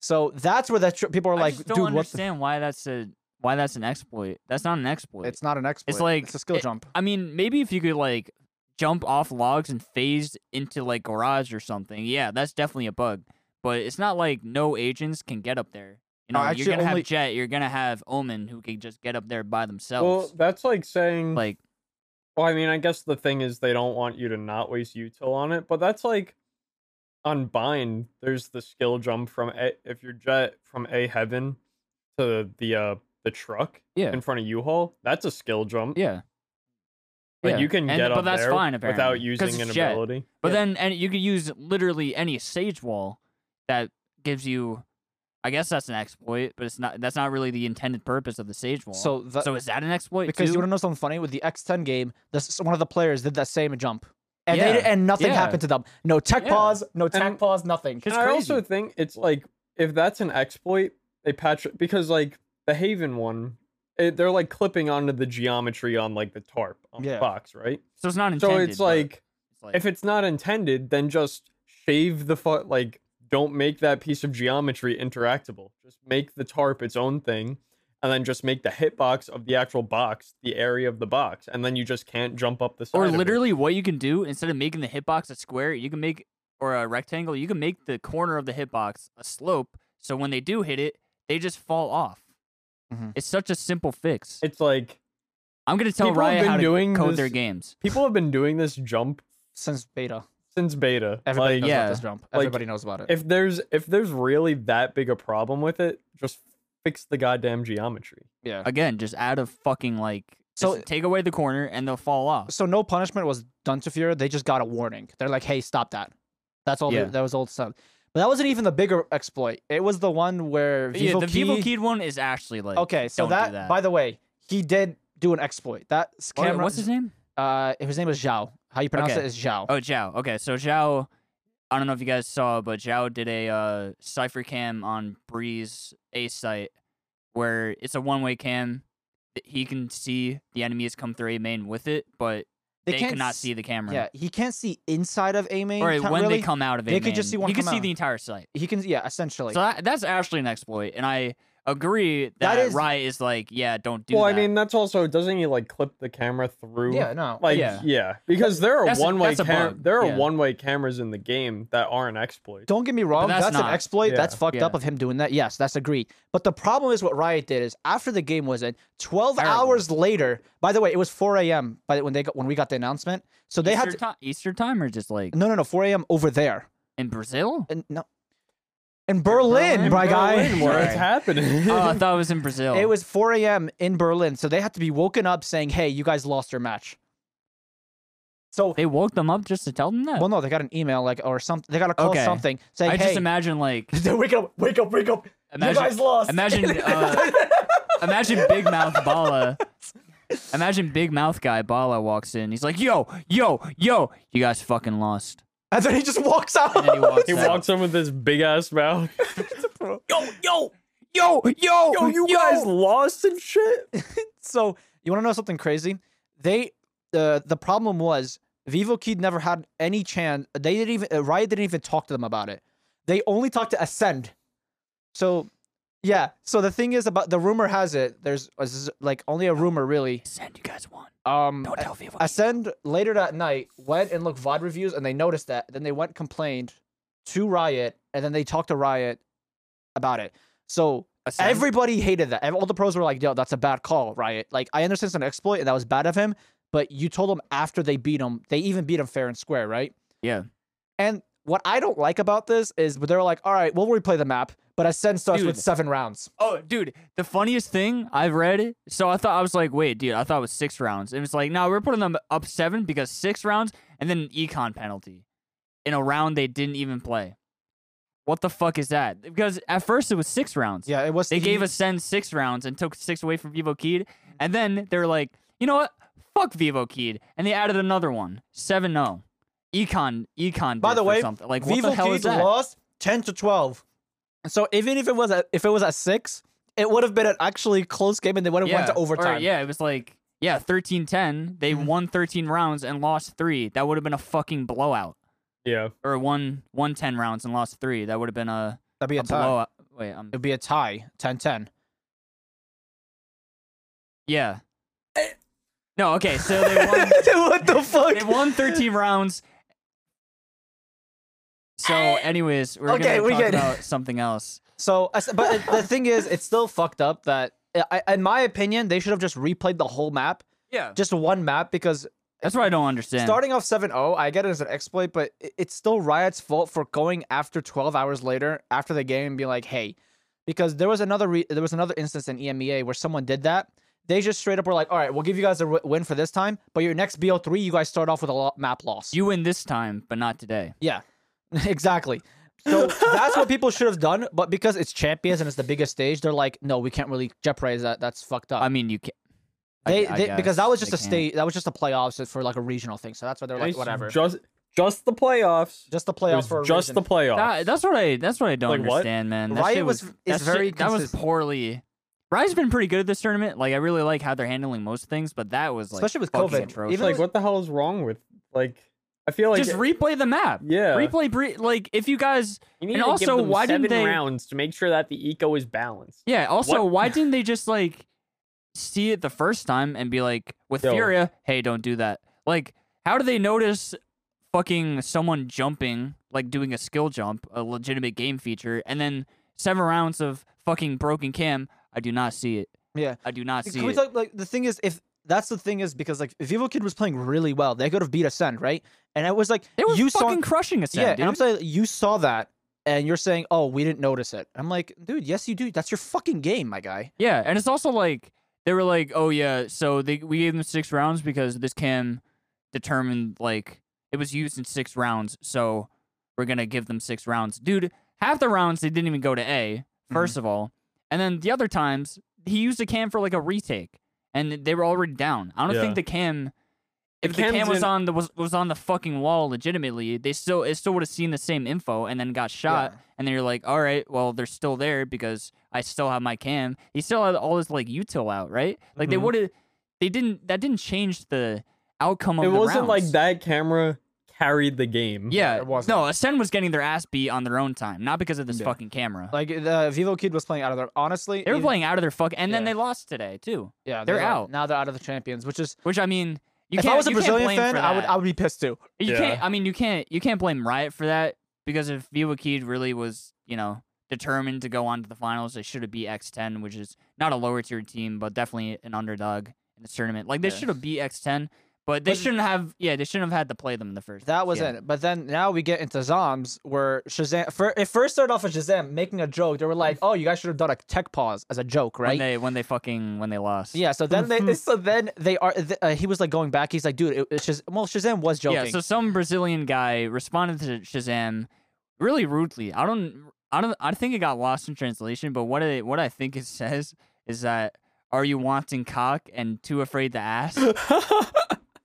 [SPEAKER 2] So that's where that tr- people are
[SPEAKER 3] I
[SPEAKER 2] like,
[SPEAKER 3] just don't
[SPEAKER 2] dude, what's the,
[SPEAKER 3] understand why that's a why that's an exploit. That's not an exploit.
[SPEAKER 2] it's not an exploit.
[SPEAKER 3] like-
[SPEAKER 2] it's a skill
[SPEAKER 3] it-
[SPEAKER 2] jump.
[SPEAKER 3] I mean, maybe if you could like jump off logs and phase into like garage or something. Yeah, that's definitely a bug. But it's not like no agents can get up there. You
[SPEAKER 2] No,
[SPEAKER 3] know,
[SPEAKER 2] actually
[SPEAKER 3] you're gonna
[SPEAKER 2] only-
[SPEAKER 3] have Jet. You're gonna have Omen, who can just get up there by
[SPEAKER 1] Well,
[SPEAKER 3] themselves.
[SPEAKER 1] that's like saying
[SPEAKER 3] like,
[SPEAKER 1] Well, I mean, I guess the thing is they don't want you to not waste util on it, but that's like on bind. There's the skill jump from a, if you're jet from a heaven to the uh the truck
[SPEAKER 3] Yeah.
[SPEAKER 1] in front of U-Haul. That's a skill jump.
[SPEAKER 3] yeah.
[SPEAKER 1] Like
[SPEAKER 3] yeah.
[SPEAKER 1] you can
[SPEAKER 3] And-
[SPEAKER 1] get
[SPEAKER 3] but
[SPEAKER 1] up
[SPEAKER 3] that's
[SPEAKER 1] there
[SPEAKER 3] fine, apparently,
[SPEAKER 1] without
[SPEAKER 3] 'cause
[SPEAKER 1] using
[SPEAKER 3] it's
[SPEAKER 1] an
[SPEAKER 3] Jet.
[SPEAKER 1] ability.
[SPEAKER 3] But
[SPEAKER 1] Yeah.
[SPEAKER 3] then, and you could use literally any sage wall that gives you. I guess that's an exploit, but it's not. That's not really the intended purpose of the sage wall.
[SPEAKER 2] So that,
[SPEAKER 3] so is that an exploit
[SPEAKER 2] Because
[SPEAKER 3] too?
[SPEAKER 2] you want to know something funny? With the X10 game, this one of the players did that same jump, and
[SPEAKER 3] Yeah.
[SPEAKER 2] they did, and nothing
[SPEAKER 3] Yeah.
[SPEAKER 2] happened to them. No tech
[SPEAKER 3] Yeah.
[SPEAKER 2] pause, no tech
[SPEAKER 1] And-
[SPEAKER 2] pause, nothing.
[SPEAKER 3] It's
[SPEAKER 1] And I also
[SPEAKER 3] crazy.
[SPEAKER 1] think it's like if that's an exploit, they patch it because like the Haven one, it, they're like clipping onto the geometry on like the tarp on the
[SPEAKER 2] Yeah.
[SPEAKER 1] box, right?
[SPEAKER 3] so it's not intended.
[SPEAKER 1] so it's
[SPEAKER 3] but
[SPEAKER 1] like
[SPEAKER 3] it's like-
[SPEAKER 1] if it's not intended, then just shave the fu- like don't make that piece of geometry interactable. Just make the tarp its own thing and then just make the hitbox of the actual box the area of the box and then you just can't jump up the side.
[SPEAKER 3] or
[SPEAKER 1] of it.
[SPEAKER 3] literally what you can do instead of making the hitbox a square, you can make or a rectangle, you can make the corner of the hitbox a slope. So when they do hit it, they just fall off.
[SPEAKER 1] Mm-hmm.
[SPEAKER 2] Mhm.
[SPEAKER 3] It's such a simple fix.
[SPEAKER 1] It's like
[SPEAKER 3] I'm gonna tell
[SPEAKER 1] people have
[SPEAKER 3] Riot
[SPEAKER 1] been
[SPEAKER 3] how to
[SPEAKER 1] doing
[SPEAKER 3] code
[SPEAKER 1] this-
[SPEAKER 3] their games.
[SPEAKER 1] people have been doing this jump
[SPEAKER 2] since beta.
[SPEAKER 1] since beta.
[SPEAKER 2] Everybody
[SPEAKER 1] like,
[SPEAKER 2] knows
[SPEAKER 3] yeah,
[SPEAKER 2] about this jump.
[SPEAKER 1] like,
[SPEAKER 2] Everybody knows about it.
[SPEAKER 1] if there's if there's really that big a problem with it, just fix the goddamn geometry.
[SPEAKER 2] yeah.
[SPEAKER 3] Again, just add a fucking like. So
[SPEAKER 2] So-
[SPEAKER 3] take away the corner and they'll fall off.
[SPEAKER 2] So no punishment was done to Fuhrer. They just got a warning. They're like, "Hey, stop that." That's all.
[SPEAKER 3] Yeah.
[SPEAKER 2] That was old stuff. But that wasn't even the bigger exploit. It was the one where
[SPEAKER 3] But yeah,
[SPEAKER 2] Vivo
[SPEAKER 3] the
[SPEAKER 2] Key.
[SPEAKER 3] Vivo Kid one is actually like.
[SPEAKER 2] okay, so
[SPEAKER 3] don't do
[SPEAKER 2] that, By the way, he did do an exploit. That s-
[SPEAKER 3] What-
[SPEAKER 2] camera.
[SPEAKER 3] what's his name?
[SPEAKER 2] Uh, his name was Zhao. How you pronounce
[SPEAKER 3] Okay.
[SPEAKER 2] it is Zhao.
[SPEAKER 3] Oh, Zhao. Okay, so Zhao, I don't know if you guys saw, but Zhao did a uh, cipher cam on Breeze A site where it's a one way cam. that He can see the enemies come through A main with it, but they, cannot
[SPEAKER 2] s-
[SPEAKER 3] see the camera.
[SPEAKER 2] Yeah, he can't see inside of A main.
[SPEAKER 3] Or
[SPEAKER 2] can't
[SPEAKER 3] when
[SPEAKER 2] really.
[SPEAKER 3] they come out of it,
[SPEAKER 2] They could just see one
[SPEAKER 3] He can
[SPEAKER 2] come
[SPEAKER 3] see
[SPEAKER 2] out.
[SPEAKER 3] the entire site.
[SPEAKER 2] He can. Yeah, essentially.
[SPEAKER 3] so that, that's actually an exploit, and I agree that,
[SPEAKER 2] That is-
[SPEAKER 3] Riot is like, yeah, don't do
[SPEAKER 1] well,
[SPEAKER 3] that.
[SPEAKER 1] I mean, that's also doesn't he like clip the camera through?
[SPEAKER 2] yeah. No.
[SPEAKER 1] Like
[SPEAKER 3] Yeah.
[SPEAKER 1] yeah, because there are
[SPEAKER 3] That's a-
[SPEAKER 1] one way
[SPEAKER 3] that's a bug,
[SPEAKER 1] there are
[SPEAKER 3] yeah.
[SPEAKER 1] one way cameras in the game that aren't exploits.
[SPEAKER 2] Don't get me wrong.
[SPEAKER 3] that's
[SPEAKER 2] That's,
[SPEAKER 3] not-
[SPEAKER 2] an exploit.
[SPEAKER 1] yeah,
[SPEAKER 2] that's fucked up
[SPEAKER 3] yeah.
[SPEAKER 2] of him doing that. Yes, that's agreed. But the problem is what Riot did is after the game was in, 12
[SPEAKER 3] Terrible.
[SPEAKER 2] hours later. By the way, it was 4 a.m. By the, when they got, when we got the announcement. So they
[SPEAKER 3] Easter,
[SPEAKER 2] had to,
[SPEAKER 3] ti- Easter time or just like
[SPEAKER 2] no no no 4 a.m. over there
[SPEAKER 3] in Brazil?
[SPEAKER 2] and no in Berlin,
[SPEAKER 3] Berlin?
[SPEAKER 2] my
[SPEAKER 1] Berlin, where
[SPEAKER 2] guy.
[SPEAKER 1] it's
[SPEAKER 3] Sorry.
[SPEAKER 1] happening.
[SPEAKER 3] oh, I thought it was in Brazil.
[SPEAKER 2] It was 4 a.m. in Berlin, so they had to be woken up saying, "Hey, you guys lost your match." So
[SPEAKER 3] They woke them up just to tell them that.
[SPEAKER 2] well, no, they got an email like or something. They got a call
[SPEAKER 3] Okay.
[SPEAKER 2] something saying,
[SPEAKER 3] I
[SPEAKER 2] "Hey,
[SPEAKER 3] just imagine like
[SPEAKER 2] they wake up, wake up, wake up.
[SPEAKER 3] Imagine-
[SPEAKER 2] you guys lost."
[SPEAKER 3] imagine uh, imagine Big Mouth Bala. Imagine Big Mouth guy Bala walks in. He's like, "Yo, yo, yo, you guys fucking lost."
[SPEAKER 2] And then he just walks out.
[SPEAKER 3] And then he walks.
[SPEAKER 1] he
[SPEAKER 3] out.
[SPEAKER 1] walks in with this big ass mouth.
[SPEAKER 3] Yo, yo, yo, yo,
[SPEAKER 1] Yo, you guys lost and shit.
[SPEAKER 2] so you want to know something crazy? They uh, the problem was Vivo Kid never had any chance. They didn't even uh, Riot didn't even talk to them about it. They only talked to Ascend. So yeah. So the thing is about the rumor has it. There's this is, like only a rumor really.
[SPEAKER 3] Send you guys one.
[SPEAKER 2] Um,
[SPEAKER 3] Don't tell people.
[SPEAKER 2] Ascend later that night went and looked VOD reviews and they noticed that. Then they went complained to Riot and then they talked to Riot about it. So
[SPEAKER 3] Ascend?
[SPEAKER 2] Everybody hated that. Ev- All the pros were like, yo, that's a bad call, Riot. Like, I understand it's an exploit and that was bad of him, but you told him after they beat him, they even beat him fair and square, right?
[SPEAKER 3] Yeah.
[SPEAKER 2] And what I don't like about this is but they're like, all right, we'll replay the map, but Ascend starts with
[SPEAKER 3] Dude.
[SPEAKER 2] seven rounds.
[SPEAKER 3] Oh, dude, the funniest thing I've read. So I thought I was like, wait, dude, I thought it was six rounds, and it's like, no, we're putting them up seven because six rounds, and then an econ penalty in a round they didn't even play. What the fuck is that? Because at first it was six rounds.
[SPEAKER 2] Yeah, it was.
[SPEAKER 3] They gave
[SPEAKER 2] he-
[SPEAKER 3] us Sen six rounds and took six away from Vivo Keed, and then they were like, you know what? Fuck Vivo Keed, and they added another one, seven zero. Econ, econ.
[SPEAKER 2] By
[SPEAKER 3] did
[SPEAKER 2] the
[SPEAKER 3] for
[SPEAKER 2] way,
[SPEAKER 3] something. like what
[SPEAKER 2] Vivo
[SPEAKER 3] the hell
[SPEAKER 2] Kid
[SPEAKER 3] is that?
[SPEAKER 2] lost 10 to 12. So even if it was a, if it was a six, it would have been an actually close game and they would have went to
[SPEAKER 3] Or,
[SPEAKER 2] overtime. Mm-hmm.
[SPEAKER 3] yeah, it was like yeah, 13-10. They won 13 rounds and lost 3. That would have been a fucking blowout.
[SPEAKER 1] Yeah,
[SPEAKER 3] Or won won 10 rounds and lost 3. That would have been a,
[SPEAKER 2] That'd be a,
[SPEAKER 3] a
[SPEAKER 2] tie.
[SPEAKER 3] blowout. Wait, um
[SPEAKER 2] It'd be a tie, 10 10.
[SPEAKER 3] yeah.
[SPEAKER 2] Eh.
[SPEAKER 3] No, okay. So they won
[SPEAKER 2] what the fuck?
[SPEAKER 3] they won 13 rounds. So anyways, we're
[SPEAKER 2] Eh. Okay,
[SPEAKER 3] going to
[SPEAKER 2] we
[SPEAKER 3] talk
[SPEAKER 2] get-
[SPEAKER 3] about something else.
[SPEAKER 2] So, as- but it- the thing is, it's still fucked up that, uh, I- in my opinion, they should have just replayed the whole map,
[SPEAKER 3] Yeah.
[SPEAKER 2] just one map, because
[SPEAKER 3] That's what I don't understand.
[SPEAKER 2] starting off 7 0, I get it as an exploit, but i- it's still Riot's fault for going after 12 hours later, after the game, and being like, hey, because there was another re- there was another instance in E EMEA where someone did that. They just straight up were like, all right, we'll give you guys a w- win for this time, but your next BO3, you guys start off with a lo- map loss.
[SPEAKER 3] you win this time, but not today.
[SPEAKER 2] Yeah, exactly. So that's what people should have done, but because it's champions and it's the biggest stage, they're like, no, we can't really jeopardize that. That's fucked up.
[SPEAKER 3] I mean, you can
[SPEAKER 2] they, they because that was just a
[SPEAKER 3] state.
[SPEAKER 2] stage, that was just a playoffs for like a regional thing. So that's why they're like,
[SPEAKER 1] It's
[SPEAKER 2] whatever, just,
[SPEAKER 1] Just just the playoffs.
[SPEAKER 2] the
[SPEAKER 1] It
[SPEAKER 2] playoffs
[SPEAKER 1] was
[SPEAKER 2] for a
[SPEAKER 1] just
[SPEAKER 2] reason.
[SPEAKER 1] the playoffs.
[SPEAKER 3] That- that's what I. That's what I don't
[SPEAKER 1] Like what?
[SPEAKER 3] understand, man. That
[SPEAKER 2] Riot
[SPEAKER 3] shit was.
[SPEAKER 2] was- is
[SPEAKER 3] that
[SPEAKER 2] very
[SPEAKER 3] shit- that was
[SPEAKER 2] consistent.
[SPEAKER 3] poorly. Riot's been pretty good at this tournament. Like I really like how they're handling most things, but that was like
[SPEAKER 2] Especially with
[SPEAKER 3] fucking
[SPEAKER 2] COVID.
[SPEAKER 3] atrocious.
[SPEAKER 2] Even
[SPEAKER 1] It's like what the hell is wrong with like? I feel like
[SPEAKER 3] just replay the map.
[SPEAKER 1] yeah.
[SPEAKER 3] Replay, bre- like if you guys,
[SPEAKER 1] You need
[SPEAKER 3] And
[SPEAKER 1] to
[SPEAKER 3] also,
[SPEAKER 1] give them
[SPEAKER 3] why didn't
[SPEAKER 1] seven
[SPEAKER 3] they-
[SPEAKER 1] rounds to make sure that the eco is balanced?
[SPEAKER 3] yeah. Also,
[SPEAKER 1] What?
[SPEAKER 3] why didn't they just like see it the first time and be like with
[SPEAKER 1] Yo.
[SPEAKER 3] Furia, hey, don't do that. Like, how do they notice fucking someone jumping like doing a skill jump, a legitimate game feature, and then seven rounds of fucking broken cam. I do not see it.
[SPEAKER 2] Yeah.
[SPEAKER 3] I do not see
[SPEAKER 2] Can we
[SPEAKER 3] it.
[SPEAKER 2] talk, like the thing is if that's the thing is because like if Evil Kid was playing really well, they could have beat Ascend, right? And I was like,
[SPEAKER 3] They were
[SPEAKER 2] you saw,
[SPEAKER 3] fucking crushing us.
[SPEAKER 2] yeah, and I'm saying you saw that, and you're saying, oh, we didn't notice it. I'm like, dude, yes, you do. That's your fucking game, my guy.
[SPEAKER 3] Yeah, and it's also like they were like, "Oh yeah, so they we gave them six rounds because this cam determined like it was used in six rounds, so we're gonna give them six rounds." Dude, half the rounds they didn't even go to A 1st of all, and then the other times he used the cam for like a retake, and they were already down. I don't
[SPEAKER 1] Yeah.
[SPEAKER 3] think the cam. If the
[SPEAKER 1] cam
[SPEAKER 3] cam was
[SPEAKER 1] didn't-
[SPEAKER 3] on the was, was on the fucking wall legitimately, they still it still would have seen the same info and then got shot and then you're like, all right, well, they're still there because I still have my cam. He still had all his like util out, right? Like they
[SPEAKER 2] Mm-hmm.
[SPEAKER 1] Mhm.
[SPEAKER 3] would have, they didn't. That didn't change the outcome of
[SPEAKER 1] it
[SPEAKER 3] the
[SPEAKER 1] wasn't like
[SPEAKER 3] rounds.
[SPEAKER 1] that camera carried the game.
[SPEAKER 3] Yeah,
[SPEAKER 2] It wasn't.
[SPEAKER 3] no. Ascend was getting their ass beat on their own time, not because of this fucking camera.
[SPEAKER 2] Like the Vivo Kid was playing out of their honestly.
[SPEAKER 3] they were
[SPEAKER 2] it-
[SPEAKER 3] playing out of their fuck, and then
[SPEAKER 2] Yeah.
[SPEAKER 3] they lost today too.
[SPEAKER 2] Yeah,
[SPEAKER 3] they're
[SPEAKER 2] out.
[SPEAKER 3] out.
[SPEAKER 2] now. They're out of the champions, which is
[SPEAKER 3] Which I mean, you
[SPEAKER 2] if
[SPEAKER 3] can't.
[SPEAKER 2] I was a
[SPEAKER 3] you can't
[SPEAKER 2] Brazilian
[SPEAKER 3] blame
[SPEAKER 2] fan,
[SPEAKER 3] for
[SPEAKER 2] I would
[SPEAKER 3] that.
[SPEAKER 2] I would be pissed too.
[SPEAKER 3] You
[SPEAKER 1] Yeah.
[SPEAKER 3] can't. I mean, you can't. You can't blame Riot for that because if Viva Kid really was, you know, determined to go on to the finals, they should have beat X10, which is not a lower tier team, but definitely an underdog in this tournament. Like they
[SPEAKER 2] Yeah.
[SPEAKER 3] should have beat X10, but they
[SPEAKER 2] But-
[SPEAKER 3] shouldn't have. Yeah, they shouldn't have had to play them in the first.
[SPEAKER 2] That was
[SPEAKER 3] place. yeah.
[SPEAKER 2] it. But then now we get into Zoms where Shazam. For, it first started off with Shazam making a joke. They were like, "Oh, you guys should have done a tech pause as a joke,
[SPEAKER 3] When
[SPEAKER 2] right?"
[SPEAKER 3] they when they fucking when they lost.
[SPEAKER 2] Yeah. So then they. so then they are. th- Uh, he was like going back. He's like, "Dude, it, it's Shaz- well, Shazam was joking."
[SPEAKER 3] Yeah, so some Brazilian guy responded to Shazam really rudely. I don't I don't I think it got lost in translation, but what it what I think it says is that are you wanting cock and too afraid to ask?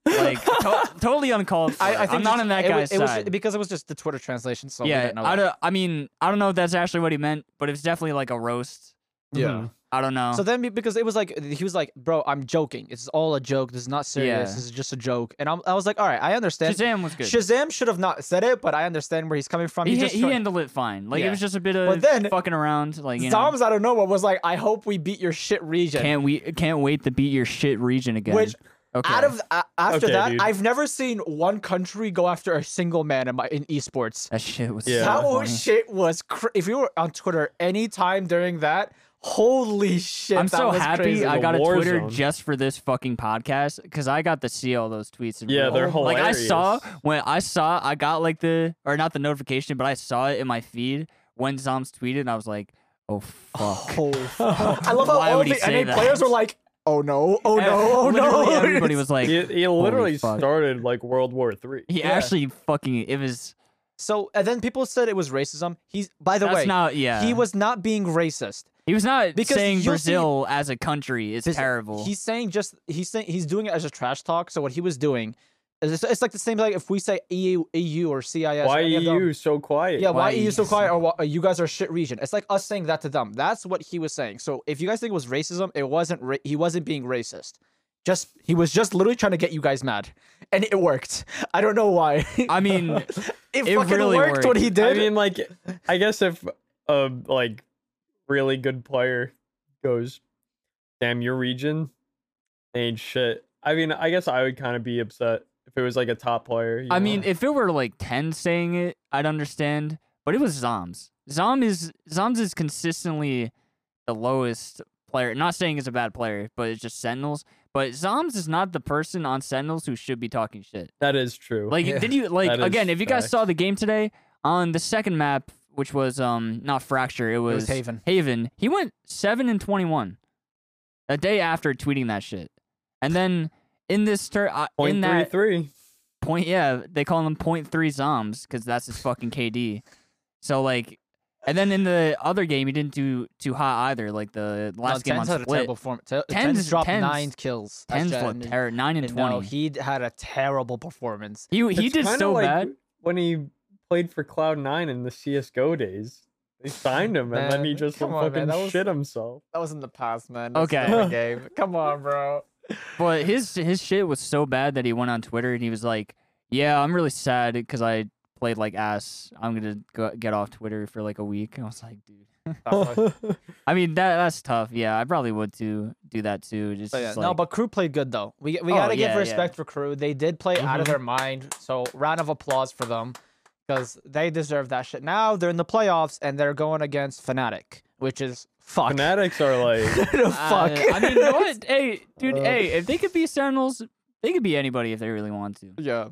[SPEAKER 3] like to- totally uncalled for. I, am not
[SPEAKER 2] just-
[SPEAKER 3] on that
[SPEAKER 2] it
[SPEAKER 3] guy's
[SPEAKER 2] was, it was-
[SPEAKER 3] side.
[SPEAKER 2] because it was just the Twitter translation. So we
[SPEAKER 3] yeah,
[SPEAKER 2] didn't know
[SPEAKER 3] I
[SPEAKER 2] that.
[SPEAKER 3] don't, I mean, I don't know if that's actually what he meant, but it's definitely like a roast.
[SPEAKER 1] Yeah.
[SPEAKER 3] I don't Mm-hmm. know.
[SPEAKER 2] So then, be- because it was like he was like, "Bro, I'm joking. It's all a joke. This is not serious.
[SPEAKER 3] Yeah.
[SPEAKER 2] This is just a joke." And I'm, I was like, "All right, I understand."
[SPEAKER 3] Shazam was good.
[SPEAKER 2] Shazam should have not said it, but I understand where he's coming from.
[SPEAKER 3] he
[SPEAKER 2] He's
[SPEAKER 3] ha-
[SPEAKER 2] just
[SPEAKER 3] he
[SPEAKER 2] trying-
[SPEAKER 3] handled it fine. Like
[SPEAKER 2] Yeah.
[SPEAKER 3] it was just a bit
[SPEAKER 2] But
[SPEAKER 3] of
[SPEAKER 2] then-
[SPEAKER 3] fucking around. Like you know,
[SPEAKER 2] Zom's out of nowhere was like, "I hope we beat your shit region."
[SPEAKER 3] can't we can't wait to beat your shit region again.
[SPEAKER 2] Which,
[SPEAKER 3] okay.
[SPEAKER 2] Out of a after
[SPEAKER 1] Okay,
[SPEAKER 2] that,
[SPEAKER 1] dude.
[SPEAKER 2] I've never seen one country go after a single man in my in esports.
[SPEAKER 3] That shit was
[SPEAKER 1] Yeah.
[SPEAKER 3] so
[SPEAKER 2] That
[SPEAKER 3] funny.
[SPEAKER 2] shit was cr- if you were on Twitter any time during that, holy shit!
[SPEAKER 3] I'm
[SPEAKER 2] that
[SPEAKER 3] so
[SPEAKER 2] was
[SPEAKER 3] happy
[SPEAKER 2] crazy.
[SPEAKER 1] It
[SPEAKER 3] I
[SPEAKER 1] was
[SPEAKER 3] got a
[SPEAKER 1] a war
[SPEAKER 3] Twitter
[SPEAKER 1] zone.
[SPEAKER 3] just for this fucking podcast because I got to see all those tweets. in
[SPEAKER 1] Yeah,
[SPEAKER 3] real
[SPEAKER 1] they're
[SPEAKER 3] life. Like I saw
[SPEAKER 1] hilarious.
[SPEAKER 3] when I saw I got like the or not the notification, but I saw it in my feed when Zoms tweeted, and I was like, oh fuck.
[SPEAKER 2] Holy fuck. I love how
[SPEAKER 3] Why
[SPEAKER 2] all
[SPEAKER 3] would he
[SPEAKER 2] the
[SPEAKER 3] say
[SPEAKER 2] NA
[SPEAKER 3] that?
[SPEAKER 2] players were like, "Oh no! Oh no! Oh no!"
[SPEAKER 3] Literally everybody was like,
[SPEAKER 1] He, he literally
[SPEAKER 3] fuck.
[SPEAKER 1] started like World War Three.
[SPEAKER 3] he
[SPEAKER 2] Yeah.
[SPEAKER 3] actually fucking it was.
[SPEAKER 2] So and then people said it was racism. He's by the
[SPEAKER 3] That's
[SPEAKER 2] way,
[SPEAKER 3] not yeah.
[SPEAKER 2] he was not being racist.
[SPEAKER 3] he was not
[SPEAKER 2] because
[SPEAKER 3] saying
[SPEAKER 2] you'll see-
[SPEAKER 3] Brazil as a country is
[SPEAKER 2] This-
[SPEAKER 3] terrible.
[SPEAKER 2] He's saying just he's saying he's doing it as a trash talk. So what he was doing is it's, it's like the same like if we say E EU, EU or CIS. or
[SPEAKER 1] Why
[SPEAKER 2] any of
[SPEAKER 3] E
[SPEAKER 2] them-
[SPEAKER 1] EU so quiet?
[SPEAKER 2] Yeah, why,
[SPEAKER 3] Why E
[SPEAKER 2] are you so
[SPEAKER 3] EU?
[SPEAKER 2] quiet? Or why, uh, you guys are shit region. It's like us saying that to them. That's what he was saying. So if you guys think it was racism, it wasn't. Ra- he wasn't being racist. Just he was just literally trying to get you guys mad, and it worked. I don't know why.
[SPEAKER 3] I mean,
[SPEAKER 2] it,
[SPEAKER 3] it
[SPEAKER 2] fucking
[SPEAKER 3] really
[SPEAKER 2] worked, what
[SPEAKER 3] worked.
[SPEAKER 2] he did.
[SPEAKER 1] I mean, like, I guess if a like really good player goes, "Damn, your region ain't shit." I mean, I guess I would kind of be upset if it was like a top player. you
[SPEAKER 3] I
[SPEAKER 1] know?
[SPEAKER 3] mean, if it were like ten saying it, I'd understand. But it was Zoms. Zom is Zoms is consistently the lowest player. Not saying he's a bad player, but it's just Sentinels. But Zoms is not the person on Sentinels who should be talking shit.
[SPEAKER 1] that is true.
[SPEAKER 3] Like,
[SPEAKER 2] Yeah.
[SPEAKER 3] did you like
[SPEAKER 1] That is
[SPEAKER 3] again? If you guys
[SPEAKER 1] facts.
[SPEAKER 3] saw the game today on the second map, which was um not fracture, it was,
[SPEAKER 2] was Haven.
[SPEAKER 3] Haven. He went seven and twenty one. A day after tweeting that shit, and then in this tur- uh,
[SPEAKER 1] point
[SPEAKER 3] in
[SPEAKER 1] three
[SPEAKER 3] that
[SPEAKER 1] three.
[SPEAKER 3] point yeah they call him point three zoms because that's his fucking kd so like and then in the other game he didn't do too hot either like the last game on
[SPEAKER 2] Tens had a
[SPEAKER 3] split
[SPEAKER 2] terrible form. Te-
[SPEAKER 3] Tens-
[SPEAKER 2] tens, dropped
[SPEAKER 3] Tens-
[SPEAKER 2] nine kills. That's
[SPEAKER 3] Tens
[SPEAKER 2] just-
[SPEAKER 3] looked terror nine and
[SPEAKER 2] and no,
[SPEAKER 3] twenty
[SPEAKER 2] he d- had a terrible performance.
[SPEAKER 3] he he,
[SPEAKER 1] It's
[SPEAKER 3] did
[SPEAKER 1] kinda
[SPEAKER 3] so
[SPEAKER 1] like
[SPEAKER 3] bad
[SPEAKER 1] when he played for Cloud Nine in the CS:GO days. They signed him, and then he
[SPEAKER 2] Man,
[SPEAKER 1] just
[SPEAKER 2] come
[SPEAKER 1] fucking
[SPEAKER 2] on, man, that was-
[SPEAKER 1] shit himself.
[SPEAKER 2] That was in the past, man.
[SPEAKER 3] That's Okay. not
[SPEAKER 1] a
[SPEAKER 2] game. Come on, bro.
[SPEAKER 3] but his his shit was so bad that he went on twitter and he was like yeah i'm really sad because i played like ass i'm gonna go, get off twitter for like a week i was like dude i mean that that's tough yeah i probably would too do that too just, just
[SPEAKER 2] no,
[SPEAKER 3] like-
[SPEAKER 2] but crew played good though. We we gotta
[SPEAKER 3] Oh, yeah, Mm-hmm.
[SPEAKER 2] give
[SPEAKER 3] yeah.
[SPEAKER 2] respect for crew. They did play out of
[SPEAKER 1] Mhm.
[SPEAKER 2] their mind. So round of applause for them. because they deserve that shit. Now they're in the playoffs and they're going against Fnatic, which is fuck.
[SPEAKER 1] Fanatics are like,
[SPEAKER 2] The fuck.
[SPEAKER 3] Uh, I mean, you know what? Hey, dude.
[SPEAKER 1] Uh.
[SPEAKER 3] hey, if they could be Sentinels, they could be anybody if they really want to.
[SPEAKER 2] yeah.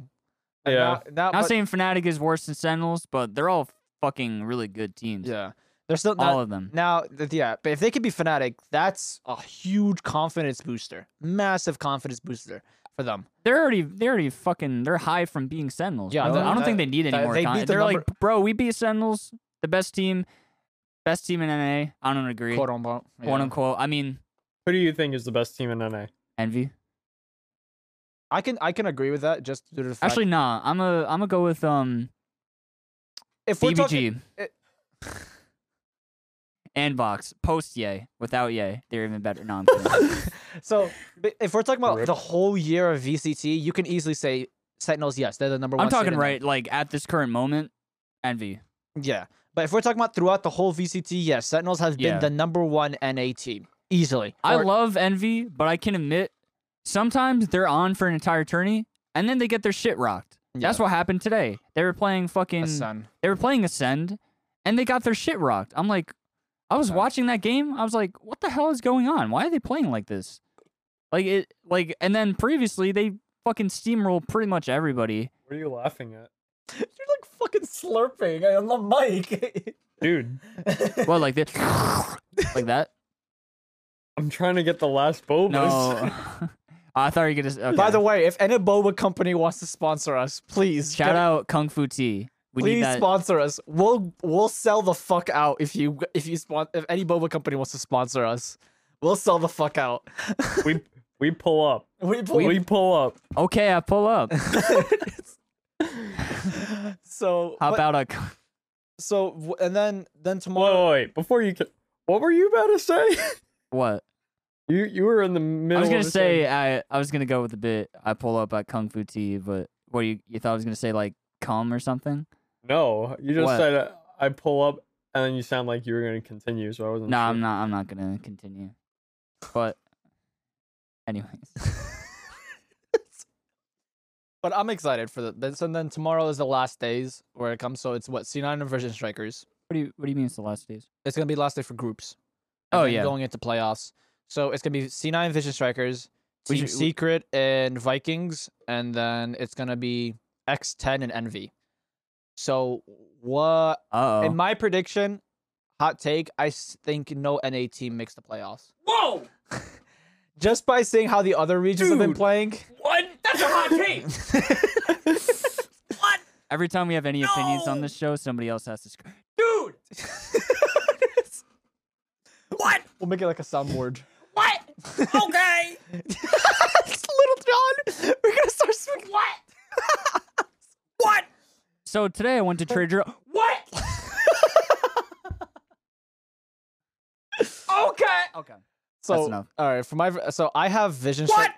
[SPEAKER 1] Yeah.
[SPEAKER 2] And Now, now-
[SPEAKER 3] Not
[SPEAKER 2] but-
[SPEAKER 3] saying Fnatic is worse than Sentinels, but they're all fucking really good teams.
[SPEAKER 2] yeah. They're still now,
[SPEAKER 3] all of them.
[SPEAKER 2] now. th- Yeah, but if they could be Fnatic, that's a huge confidence booster, massive confidence booster for them.
[SPEAKER 3] They're already they're already fucking they're high from being Sentinels.
[SPEAKER 2] Yeah,
[SPEAKER 3] I don't, I
[SPEAKER 2] that-
[SPEAKER 3] don't think they need any
[SPEAKER 2] that-
[SPEAKER 3] more.
[SPEAKER 2] they
[SPEAKER 3] con-
[SPEAKER 2] beat the
[SPEAKER 3] they're like, bro, we beat Sentinels, the best team, best team in NA. I don't agree.
[SPEAKER 2] Quote unquote.
[SPEAKER 3] Quote
[SPEAKER 2] yeah.
[SPEAKER 3] unquote. I mean,
[SPEAKER 1] who do you think is the best team in NA?
[SPEAKER 3] envy.
[SPEAKER 2] I can I can agree with that. Just due to the fact
[SPEAKER 3] Actually, nah. I'm a I'm gonna go with um
[SPEAKER 2] if we're
[SPEAKER 3] DBG
[SPEAKER 2] talking, eh, it-
[SPEAKER 3] and Vox post Yay without Yay. They're even better. No, I'm kidding.
[SPEAKER 2] So but if we're talking about
[SPEAKER 1] Rip.
[SPEAKER 2] the whole year of VCT, you can easily say Sentinels. Yes, they're the number one.
[SPEAKER 3] I'm
[SPEAKER 2] seed
[SPEAKER 3] talking
[SPEAKER 2] in that.
[SPEAKER 3] right like at this current moment, envy.
[SPEAKER 2] Yeah, but if we're talking about throughout the whole VCT, yes, Sentinels has been
[SPEAKER 3] Yeah.
[SPEAKER 2] the number one NA team easily.
[SPEAKER 3] I
[SPEAKER 2] Or-
[SPEAKER 3] love envy, but I can admit sometimes they're on for an entire tourney and then they get their shit rocked. That's
[SPEAKER 2] Yeah.
[SPEAKER 3] what happened today. They were playing fucking.
[SPEAKER 2] Ascend.
[SPEAKER 3] They were playing Ascend, and they got their shit rocked. I'm like, I was
[SPEAKER 2] Yeah.
[SPEAKER 3] watching that game. I was like, what the hell is going on? Why are they playing like this? Like it, like, and then previously they fucking steamrolled pretty much everybody.
[SPEAKER 1] What are you laughing at?
[SPEAKER 2] You're like fucking slurping on the mic.
[SPEAKER 1] Dude,
[SPEAKER 3] Well, like this, like that.
[SPEAKER 1] I'm trying to get the last Bobas.
[SPEAKER 3] No, I thought you could just. Okay.
[SPEAKER 2] By the way, if any boba company wants to sponsor us, please
[SPEAKER 3] shout
[SPEAKER 2] get-
[SPEAKER 3] out Kung Fu Tea. We
[SPEAKER 2] please
[SPEAKER 3] need that.
[SPEAKER 2] sponsor us. We'll we'll sell the fuck out if you if you spon- if any boba company wants to sponsor us, we'll sell the fuck out.
[SPEAKER 1] We we pull up.
[SPEAKER 2] we, pull-
[SPEAKER 1] We, pull up.
[SPEAKER 3] okay, I pull up.
[SPEAKER 2] so
[SPEAKER 3] How
[SPEAKER 2] but-
[SPEAKER 3] about a?
[SPEAKER 2] so w- and then then
[SPEAKER 1] Whoa, wait,
[SPEAKER 2] tomorrow
[SPEAKER 1] wait, before you can, what were you about to say?
[SPEAKER 3] What?
[SPEAKER 1] You you were in the middle.
[SPEAKER 3] I was gonna
[SPEAKER 1] of
[SPEAKER 3] say I, I was gonna go with the bit I pull up at Kung Fu Tea, but what you you thought I was gonna say like cum or something?
[SPEAKER 1] no. You just
[SPEAKER 3] What?
[SPEAKER 1] said uh, I pull up, and then you sound like you were gonna continue. So I wasn't.
[SPEAKER 3] No,
[SPEAKER 1] sure.
[SPEAKER 3] I'm not. I'm not gonna continue. But anyways,
[SPEAKER 2] But I'm excited for the this, and then tomorrow is the last days where it comes. So it's what C9 and Virgin Strikers.
[SPEAKER 3] what do you what do you mean it's the last days?
[SPEAKER 2] It's gonna be last day for groups.
[SPEAKER 3] Oh,
[SPEAKER 2] then
[SPEAKER 3] yeah.
[SPEAKER 2] going into playoffs. So it's gonna be C9 Vision Strikers,
[SPEAKER 3] We
[SPEAKER 2] Team
[SPEAKER 3] should- we-
[SPEAKER 2] Secret and Vikings, and then it's gonna be X10 and Envy. So what?
[SPEAKER 3] Uh
[SPEAKER 2] In
[SPEAKER 3] oh.
[SPEAKER 2] my prediction, hot take, I s- think no NA team makes the playoffs.
[SPEAKER 4] Whoa!
[SPEAKER 2] Just by seeing how the other regions have been
[SPEAKER 1] Dude.
[SPEAKER 2] playing.
[SPEAKER 4] What? That's a hot take! what?
[SPEAKER 3] Every time we have any opinions on this show, somebody else has to. Sc-
[SPEAKER 4] Dude! What?
[SPEAKER 2] We'll make it like a soundboard.
[SPEAKER 4] What? Okay!
[SPEAKER 2] Little John, we're gonna start speaking.
[SPEAKER 4] what? what?
[SPEAKER 3] so today I went to Trader.
[SPEAKER 4] What? okay!
[SPEAKER 3] Okay.
[SPEAKER 2] So,
[SPEAKER 3] enough.
[SPEAKER 2] all right, for my so I have Vision. Stri-
[SPEAKER 4] What?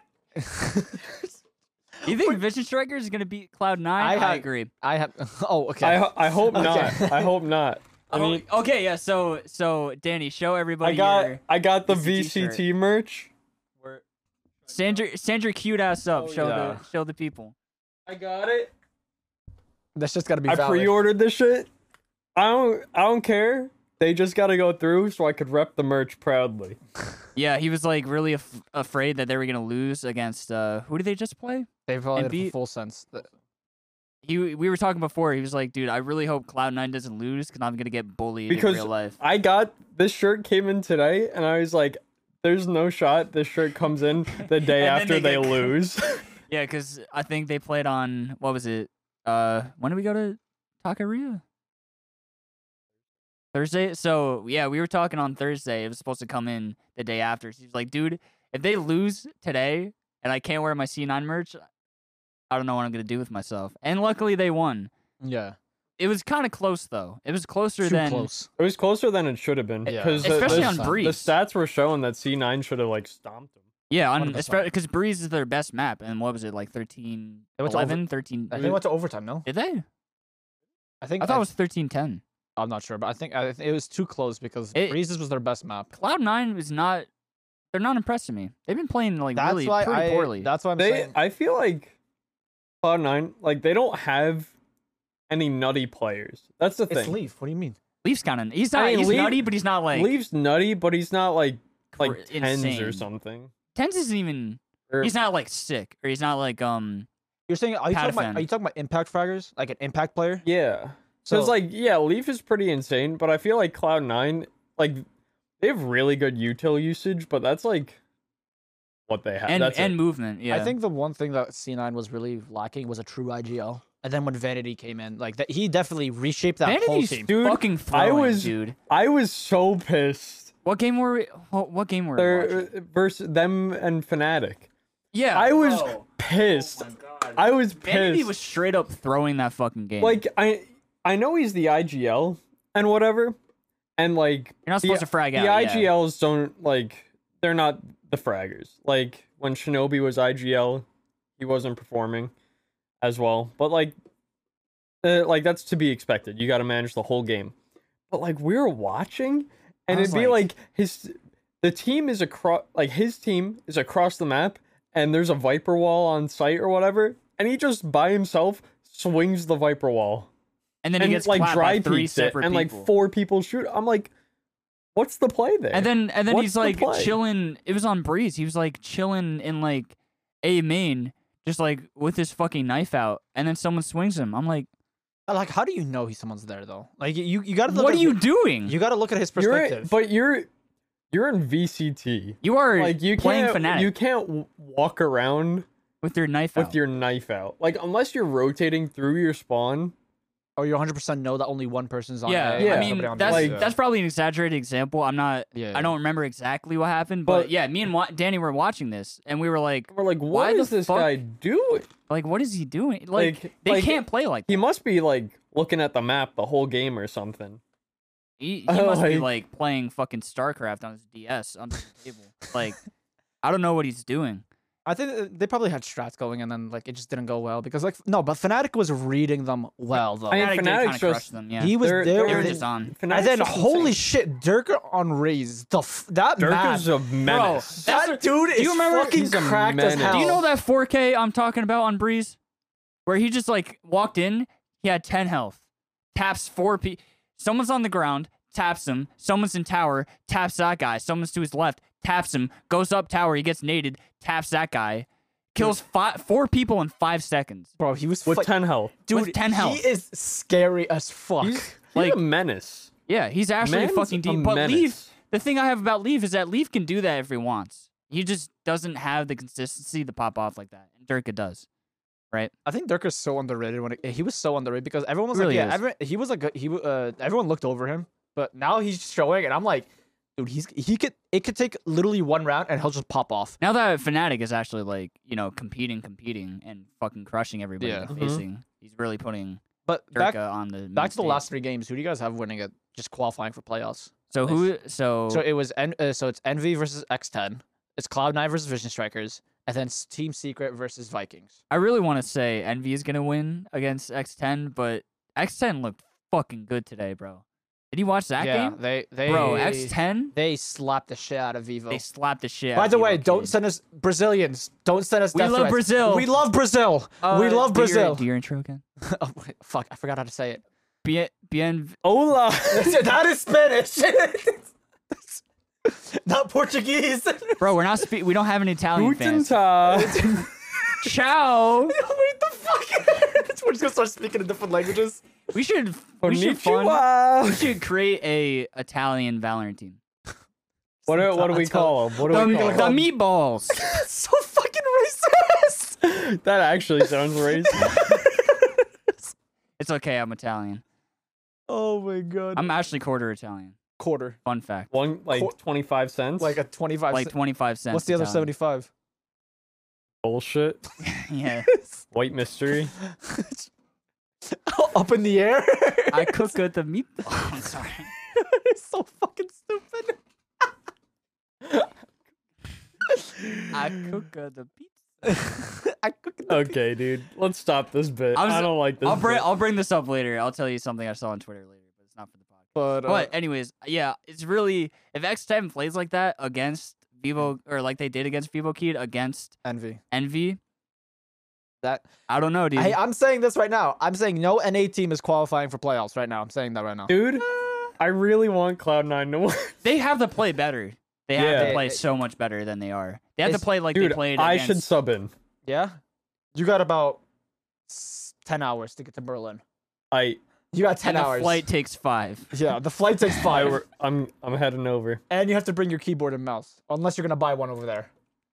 [SPEAKER 3] You think Vision Striker is gonna beat Cloud Nine?
[SPEAKER 2] I
[SPEAKER 3] I,
[SPEAKER 2] have-
[SPEAKER 3] agree.
[SPEAKER 2] I have. Oh, okay.
[SPEAKER 1] I ho- I hope
[SPEAKER 2] Okay.
[SPEAKER 1] not. I hope not. I
[SPEAKER 3] Oh,
[SPEAKER 1] mean,
[SPEAKER 3] okay, yeah. So so Danny, show everybody.
[SPEAKER 1] I got
[SPEAKER 3] your-
[SPEAKER 1] I got the
[SPEAKER 3] It's a t-shirt.
[SPEAKER 1] VCT merch.
[SPEAKER 3] Sandra, Sandra, cute ass up.
[SPEAKER 1] Oh,
[SPEAKER 3] show
[SPEAKER 1] yeah.
[SPEAKER 3] the show the people.
[SPEAKER 1] I got it.
[SPEAKER 2] That's just gotta be.
[SPEAKER 1] I
[SPEAKER 2] valid.
[SPEAKER 1] pre-ordered this shit. I don't I don't care. They just got to go through so I could rep the merch proudly.
[SPEAKER 3] Yeah, he was like really af- afraid that they were gonna lose against. uh Who did they just play?
[SPEAKER 2] They probably
[SPEAKER 3] and
[SPEAKER 2] did it for
[SPEAKER 3] beat-
[SPEAKER 2] full sense. Th-
[SPEAKER 3] He we were talking before. He was like, dude, I really hope Cloud Nine doesn't lose because I'm gonna get bullied
[SPEAKER 1] Because-
[SPEAKER 3] in real life.
[SPEAKER 1] I got this shirt came in today and I was like there's no shot this shirt comes in the day
[SPEAKER 3] And then
[SPEAKER 1] after
[SPEAKER 3] they
[SPEAKER 1] they,
[SPEAKER 3] get-
[SPEAKER 1] lose.
[SPEAKER 3] Yeah, because I think they played on what was it? Uh, when did we go to Takaria? Thursday. So yeah, we were talking on Thursday. It was supposed to come in the day after. She was like, dude, if they lose today and I can't wear my C9 merch, I don't know what I'm gonna do with myself. And luckily they won.
[SPEAKER 2] Yeah,
[SPEAKER 3] It was kind of close though. It was closer
[SPEAKER 2] too
[SPEAKER 3] than
[SPEAKER 2] close.
[SPEAKER 1] it was closer than it should have been
[SPEAKER 2] Yeah.
[SPEAKER 1] because the,
[SPEAKER 3] especially
[SPEAKER 1] the-
[SPEAKER 3] on
[SPEAKER 2] the
[SPEAKER 1] the
[SPEAKER 3] Breeze.
[SPEAKER 1] stats were showing that C9 should have like stomped him.
[SPEAKER 3] yeah, on
[SPEAKER 2] 100%.
[SPEAKER 3] because Breeze is their best map. And what was it like 13,
[SPEAKER 2] They went to over-
[SPEAKER 3] 11, 13?
[SPEAKER 2] I think it went to overtime. No,
[SPEAKER 3] Did they?
[SPEAKER 2] I think
[SPEAKER 3] I thought it was 13, 10.
[SPEAKER 2] I'm not sure, but I think I, think it was too close because
[SPEAKER 3] It-
[SPEAKER 2] Breezes was their best map.
[SPEAKER 3] Cloud Nine is not. They're not impressing me. They've been playing like
[SPEAKER 2] That's
[SPEAKER 3] really
[SPEAKER 2] why
[SPEAKER 3] pretty
[SPEAKER 2] I.
[SPEAKER 3] poorly.
[SPEAKER 2] That's why I'm
[SPEAKER 1] They
[SPEAKER 2] saying.
[SPEAKER 1] I feel like Cloud9 like they don't have any nutty players. That's the
[SPEAKER 2] It's
[SPEAKER 1] thing.
[SPEAKER 2] Leaf. What do you mean?
[SPEAKER 3] Leaf's kind of he's not
[SPEAKER 1] I mean,
[SPEAKER 3] he's
[SPEAKER 1] Leaf-
[SPEAKER 3] nutty, but he's not like
[SPEAKER 1] Leaves nutty, but he's not like like
[SPEAKER 3] cr-
[SPEAKER 1] tens or
[SPEAKER 3] insane.
[SPEAKER 1] something.
[SPEAKER 3] Tens isn't even
[SPEAKER 1] Or-
[SPEAKER 3] he's not like sick or he's not like um
[SPEAKER 2] You're saying are you talking
[SPEAKER 3] Padafen.
[SPEAKER 2] about are you talking about impact fraggers like an impact player?
[SPEAKER 1] yeah. So it's like yeah, Leaf is pretty insane, but I feel like Cloud Nine like they have really good util usage, but that's like what they have.
[SPEAKER 3] and
[SPEAKER 1] that's it.
[SPEAKER 3] and movement. Yeah,
[SPEAKER 2] I think the one thing that C9 was really lacking was a true IGL. And then when Vanity came in, like that, he definitely reshaped that whole
[SPEAKER 3] Vanity's
[SPEAKER 2] team.
[SPEAKER 1] Dude,
[SPEAKER 3] fucking
[SPEAKER 1] I
[SPEAKER 3] throwing,
[SPEAKER 1] was-
[SPEAKER 3] dude.
[SPEAKER 1] I was so pissed.
[SPEAKER 3] What game were we? What, what game were we?
[SPEAKER 1] They're
[SPEAKER 3] watching?
[SPEAKER 1] versus them and Fnatic.
[SPEAKER 3] Yeah,
[SPEAKER 1] uh, I was
[SPEAKER 4] Oh.
[SPEAKER 1] pissed.
[SPEAKER 4] God.
[SPEAKER 1] I was pissed.
[SPEAKER 3] Vanity was straight up throwing that fucking game.
[SPEAKER 1] like I I know he's the IGL and whatever, and like
[SPEAKER 3] You're not supposed to frag
[SPEAKER 1] the
[SPEAKER 3] out, yeah.
[SPEAKER 1] IGLs don't like they're not the fraggers. Like when Shinobi was IGL, he wasn't performing as well. But like, uh, like that's to be expected. You got to manage the whole game. But like we were watching, and
[SPEAKER 3] I was
[SPEAKER 1] it'd be
[SPEAKER 3] like-
[SPEAKER 1] like his the team is across like his team is across the map, and there's a viper wall on site or whatever, and he just by himself swings the viper wall
[SPEAKER 3] and then
[SPEAKER 1] and
[SPEAKER 3] he gets
[SPEAKER 1] like
[SPEAKER 3] clapped
[SPEAKER 1] dry
[SPEAKER 3] by three
[SPEAKER 1] peeks it,
[SPEAKER 3] separate
[SPEAKER 1] and
[SPEAKER 3] people.
[SPEAKER 1] like four people shoot. I'm like, what's the play there?
[SPEAKER 3] And then and then
[SPEAKER 1] What's
[SPEAKER 3] he's
[SPEAKER 1] the
[SPEAKER 3] like
[SPEAKER 1] play?
[SPEAKER 3] chilling. It was on breeze. He was like chilling in like a main, just like with his fucking knife out, and then someone swings him. I'm like,
[SPEAKER 2] Uh, Like, how do you know he someone's there though? Like, you you gotta look
[SPEAKER 3] what are
[SPEAKER 2] at
[SPEAKER 3] you doing?
[SPEAKER 2] You gotta look at his
[SPEAKER 1] you're
[SPEAKER 2] perspective.
[SPEAKER 1] but you're you're in VCT.
[SPEAKER 3] You are
[SPEAKER 1] Like you
[SPEAKER 3] playing
[SPEAKER 1] can't
[SPEAKER 3] Fnatic
[SPEAKER 1] you can't w- walk around
[SPEAKER 3] with your knife out.
[SPEAKER 1] with your knife out. Like unless you're rotating through your spawn.
[SPEAKER 2] or you 100 percent know that only one person's on.
[SPEAKER 3] yeah,
[SPEAKER 2] A,
[SPEAKER 1] yeah.
[SPEAKER 3] I
[SPEAKER 2] and
[SPEAKER 3] mean
[SPEAKER 2] nobody on B.
[SPEAKER 3] that's
[SPEAKER 1] Like-
[SPEAKER 3] that's probably an exaggerated example. I'm not.
[SPEAKER 2] Yeah.
[SPEAKER 3] I don't remember exactly what happened, but,
[SPEAKER 1] But-
[SPEAKER 3] yeah, me and Wa- Danny were watching this, and we were like,
[SPEAKER 1] We're like,
[SPEAKER 3] Why
[SPEAKER 1] what
[SPEAKER 3] the
[SPEAKER 1] is this
[SPEAKER 3] fuck-
[SPEAKER 1] guy doing?
[SPEAKER 3] like, what is he doing? Like,
[SPEAKER 1] Like-
[SPEAKER 3] they
[SPEAKER 1] like,
[SPEAKER 3] can't play like that.
[SPEAKER 1] He must be like looking at the map the whole game or something.
[SPEAKER 3] He, he
[SPEAKER 1] Oh,
[SPEAKER 3] must be
[SPEAKER 1] like-
[SPEAKER 3] like playing fucking StarCraft on his DS under the table. Like, I don't know what he's doing.
[SPEAKER 2] I think that they probably had strats going, and then like it just didn't go well because like no, but Fnatic was reading them well though.
[SPEAKER 1] I mean,
[SPEAKER 3] Fnatic did
[SPEAKER 1] Fnatic
[SPEAKER 3] kinda
[SPEAKER 1] just-
[SPEAKER 3] crush them. Yeah,
[SPEAKER 2] he was
[SPEAKER 1] They're-
[SPEAKER 2] there,
[SPEAKER 3] they were
[SPEAKER 2] and,
[SPEAKER 3] just
[SPEAKER 2] then,
[SPEAKER 3] on.
[SPEAKER 1] Fnatic's
[SPEAKER 2] and then
[SPEAKER 1] just
[SPEAKER 2] holy
[SPEAKER 1] insane.
[SPEAKER 2] shit, Durker on Raze, the f- that
[SPEAKER 1] Dirk
[SPEAKER 2] map,
[SPEAKER 1] is a menace.
[SPEAKER 3] That's
[SPEAKER 2] that
[SPEAKER 3] what-
[SPEAKER 2] dude is
[SPEAKER 1] you remember-
[SPEAKER 2] fucking
[SPEAKER 1] he's a
[SPEAKER 2] cracked as
[SPEAKER 1] menace.
[SPEAKER 2] hell.
[SPEAKER 3] Do you know that 4K I'm talking about on Breeze, where he just like walked in, he had 10 health, taps four p. Someone's on the ground, taps him. Someone's in tower, taps that guy. Someone's to his left, taps him. Goes up tower, he gets naded, taps that guy, kills five, four people in five seconds.
[SPEAKER 2] bro? He was
[SPEAKER 1] with
[SPEAKER 2] fi-
[SPEAKER 1] ten health.
[SPEAKER 2] dude.
[SPEAKER 3] with 10 health.
[SPEAKER 2] He is scary as fuck.
[SPEAKER 1] He's, he's
[SPEAKER 3] Like-
[SPEAKER 1] a menace.
[SPEAKER 3] Yeah, he's actually
[SPEAKER 1] Man's
[SPEAKER 3] fucking
[SPEAKER 1] a
[SPEAKER 3] deep. but
[SPEAKER 1] menace.
[SPEAKER 3] Leaf, the thing I have about Leaf is that Leaf can do that if he wants. He just doesn't have the consistency to pop off like that, and Durka does.
[SPEAKER 2] I think Dirk is so underrated when it, he was so underrated because everyone was
[SPEAKER 3] Really
[SPEAKER 2] like,
[SPEAKER 3] is.
[SPEAKER 2] yeah, every, he was like, he w- uh, everyone looked over him, but now he's showing, and I'm like, dude, he's he could it could take literally one round and he'll just pop off.
[SPEAKER 3] Now that Fnatic is actually like, you know, competing, competing, and fucking crushing everybody
[SPEAKER 2] Yeah.
[SPEAKER 3] they're
[SPEAKER 1] Mhm.
[SPEAKER 3] facing, he's really putting
[SPEAKER 2] But
[SPEAKER 3] Durka
[SPEAKER 2] back
[SPEAKER 3] on the main
[SPEAKER 2] back to the
[SPEAKER 3] stage.
[SPEAKER 2] last three games, who do you guys have winning it? Just qualifying for playoffs.
[SPEAKER 3] So who? So,
[SPEAKER 2] So it was en- uh, so it's Envy versus X10, it's Cloud9 versus Vision Strikers, and then it's Team Secret versus Vikings.
[SPEAKER 3] I really want to say Envy is gonna win against X10, but X10 looked fucking good today, bro. Did you watch that
[SPEAKER 2] yeah,
[SPEAKER 3] game,
[SPEAKER 2] they they
[SPEAKER 3] bro? X10,
[SPEAKER 2] they slapped the shit out of Vivo.
[SPEAKER 3] they slapped the shit. out
[SPEAKER 2] By
[SPEAKER 3] of
[SPEAKER 2] the
[SPEAKER 3] Evo
[SPEAKER 2] way, don't
[SPEAKER 3] Kid.
[SPEAKER 2] send us Brazilians. Don't send us.
[SPEAKER 3] We
[SPEAKER 2] death
[SPEAKER 3] love
[SPEAKER 2] threats.
[SPEAKER 3] Brazil.
[SPEAKER 2] We love Brazil. we
[SPEAKER 3] Uh,
[SPEAKER 2] love
[SPEAKER 3] do your-
[SPEAKER 2] Brazil.
[SPEAKER 3] Do your intro again.
[SPEAKER 2] Oh, wait, fuck, I forgot how to say it.
[SPEAKER 3] Bien, bien,
[SPEAKER 1] Hola.
[SPEAKER 2] that is Spanish. Not Portuguese.
[SPEAKER 3] bro. We're not speak. We don't have any Italian
[SPEAKER 1] Guten
[SPEAKER 3] fans.
[SPEAKER 1] Tag.
[SPEAKER 3] Ciao.
[SPEAKER 2] Wait, the fuck? We're just gonna start speaking in different languages.
[SPEAKER 3] We should. We should fund. We
[SPEAKER 1] Konnichiwa.
[SPEAKER 3] should create a Italian Valorant team.
[SPEAKER 1] What do, what do we call him? What do
[SPEAKER 3] The,
[SPEAKER 1] we
[SPEAKER 3] the
[SPEAKER 1] call him?
[SPEAKER 3] meatballs.
[SPEAKER 2] That's so fucking racist.
[SPEAKER 1] That actually sounds racist.
[SPEAKER 3] it's okay. I'm Italian.
[SPEAKER 2] Oh my god.
[SPEAKER 3] I'm actually quarter Italian.
[SPEAKER 2] quarter,
[SPEAKER 3] Fun fact.
[SPEAKER 1] One like
[SPEAKER 2] Qu-
[SPEAKER 1] twenty five cents.
[SPEAKER 2] like a twenty-five.
[SPEAKER 3] Like 25 cents.
[SPEAKER 2] What's the other
[SPEAKER 3] Italian.
[SPEAKER 2] seventy-five?
[SPEAKER 1] bullshit.
[SPEAKER 3] yeah.
[SPEAKER 1] White mystery.
[SPEAKER 2] Up in the air.
[SPEAKER 3] I cook good the meatballs. I'm sorry.
[SPEAKER 2] it's so fucking stupid.
[SPEAKER 3] I cook good the pizza.
[SPEAKER 2] I cook in the
[SPEAKER 1] Okay, dude. Let's stop this bit.
[SPEAKER 3] I
[SPEAKER 1] I,
[SPEAKER 3] was-
[SPEAKER 1] don't like this.
[SPEAKER 3] I'll bring.
[SPEAKER 1] bit.
[SPEAKER 3] I'll bring this up later. I'll tell you something I saw on Twitter later, but it's not for the podcast.
[SPEAKER 2] But, uh,
[SPEAKER 3] But anyways, yeah, it's really if X10 plays like that against Vivo or like they did against Vivo Kid against
[SPEAKER 2] envy.
[SPEAKER 3] Envy,
[SPEAKER 2] That
[SPEAKER 3] I don't know, dude.
[SPEAKER 2] I, I'm saying this right now. I'm saying no NA team is qualifying for playoffs right now. I'm saying that right now.
[SPEAKER 1] Dude, I really want Cloud9 to win.
[SPEAKER 3] they have to play better. They have
[SPEAKER 1] Yeah.
[SPEAKER 3] to play so much better than they are. They have to
[SPEAKER 2] It's-
[SPEAKER 3] play like
[SPEAKER 1] Dude,
[SPEAKER 3] they played.
[SPEAKER 1] I
[SPEAKER 3] against...
[SPEAKER 1] should sub in.
[SPEAKER 2] Yeah, you got about s- ten hours to get to Berlin.
[SPEAKER 1] I
[SPEAKER 2] You got ten
[SPEAKER 3] and the
[SPEAKER 2] hours.
[SPEAKER 3] flight takes five.
[SPEAKER 2] Yeah, the flight takes
[SPEAKER 1] I
[SPEAKER 2] five,
[SPEAKER 1] were, I'm I'm heading over.
[SPEAKER 2] and you have to bring your keyboard and mouse, unless you're gonna buy one over there.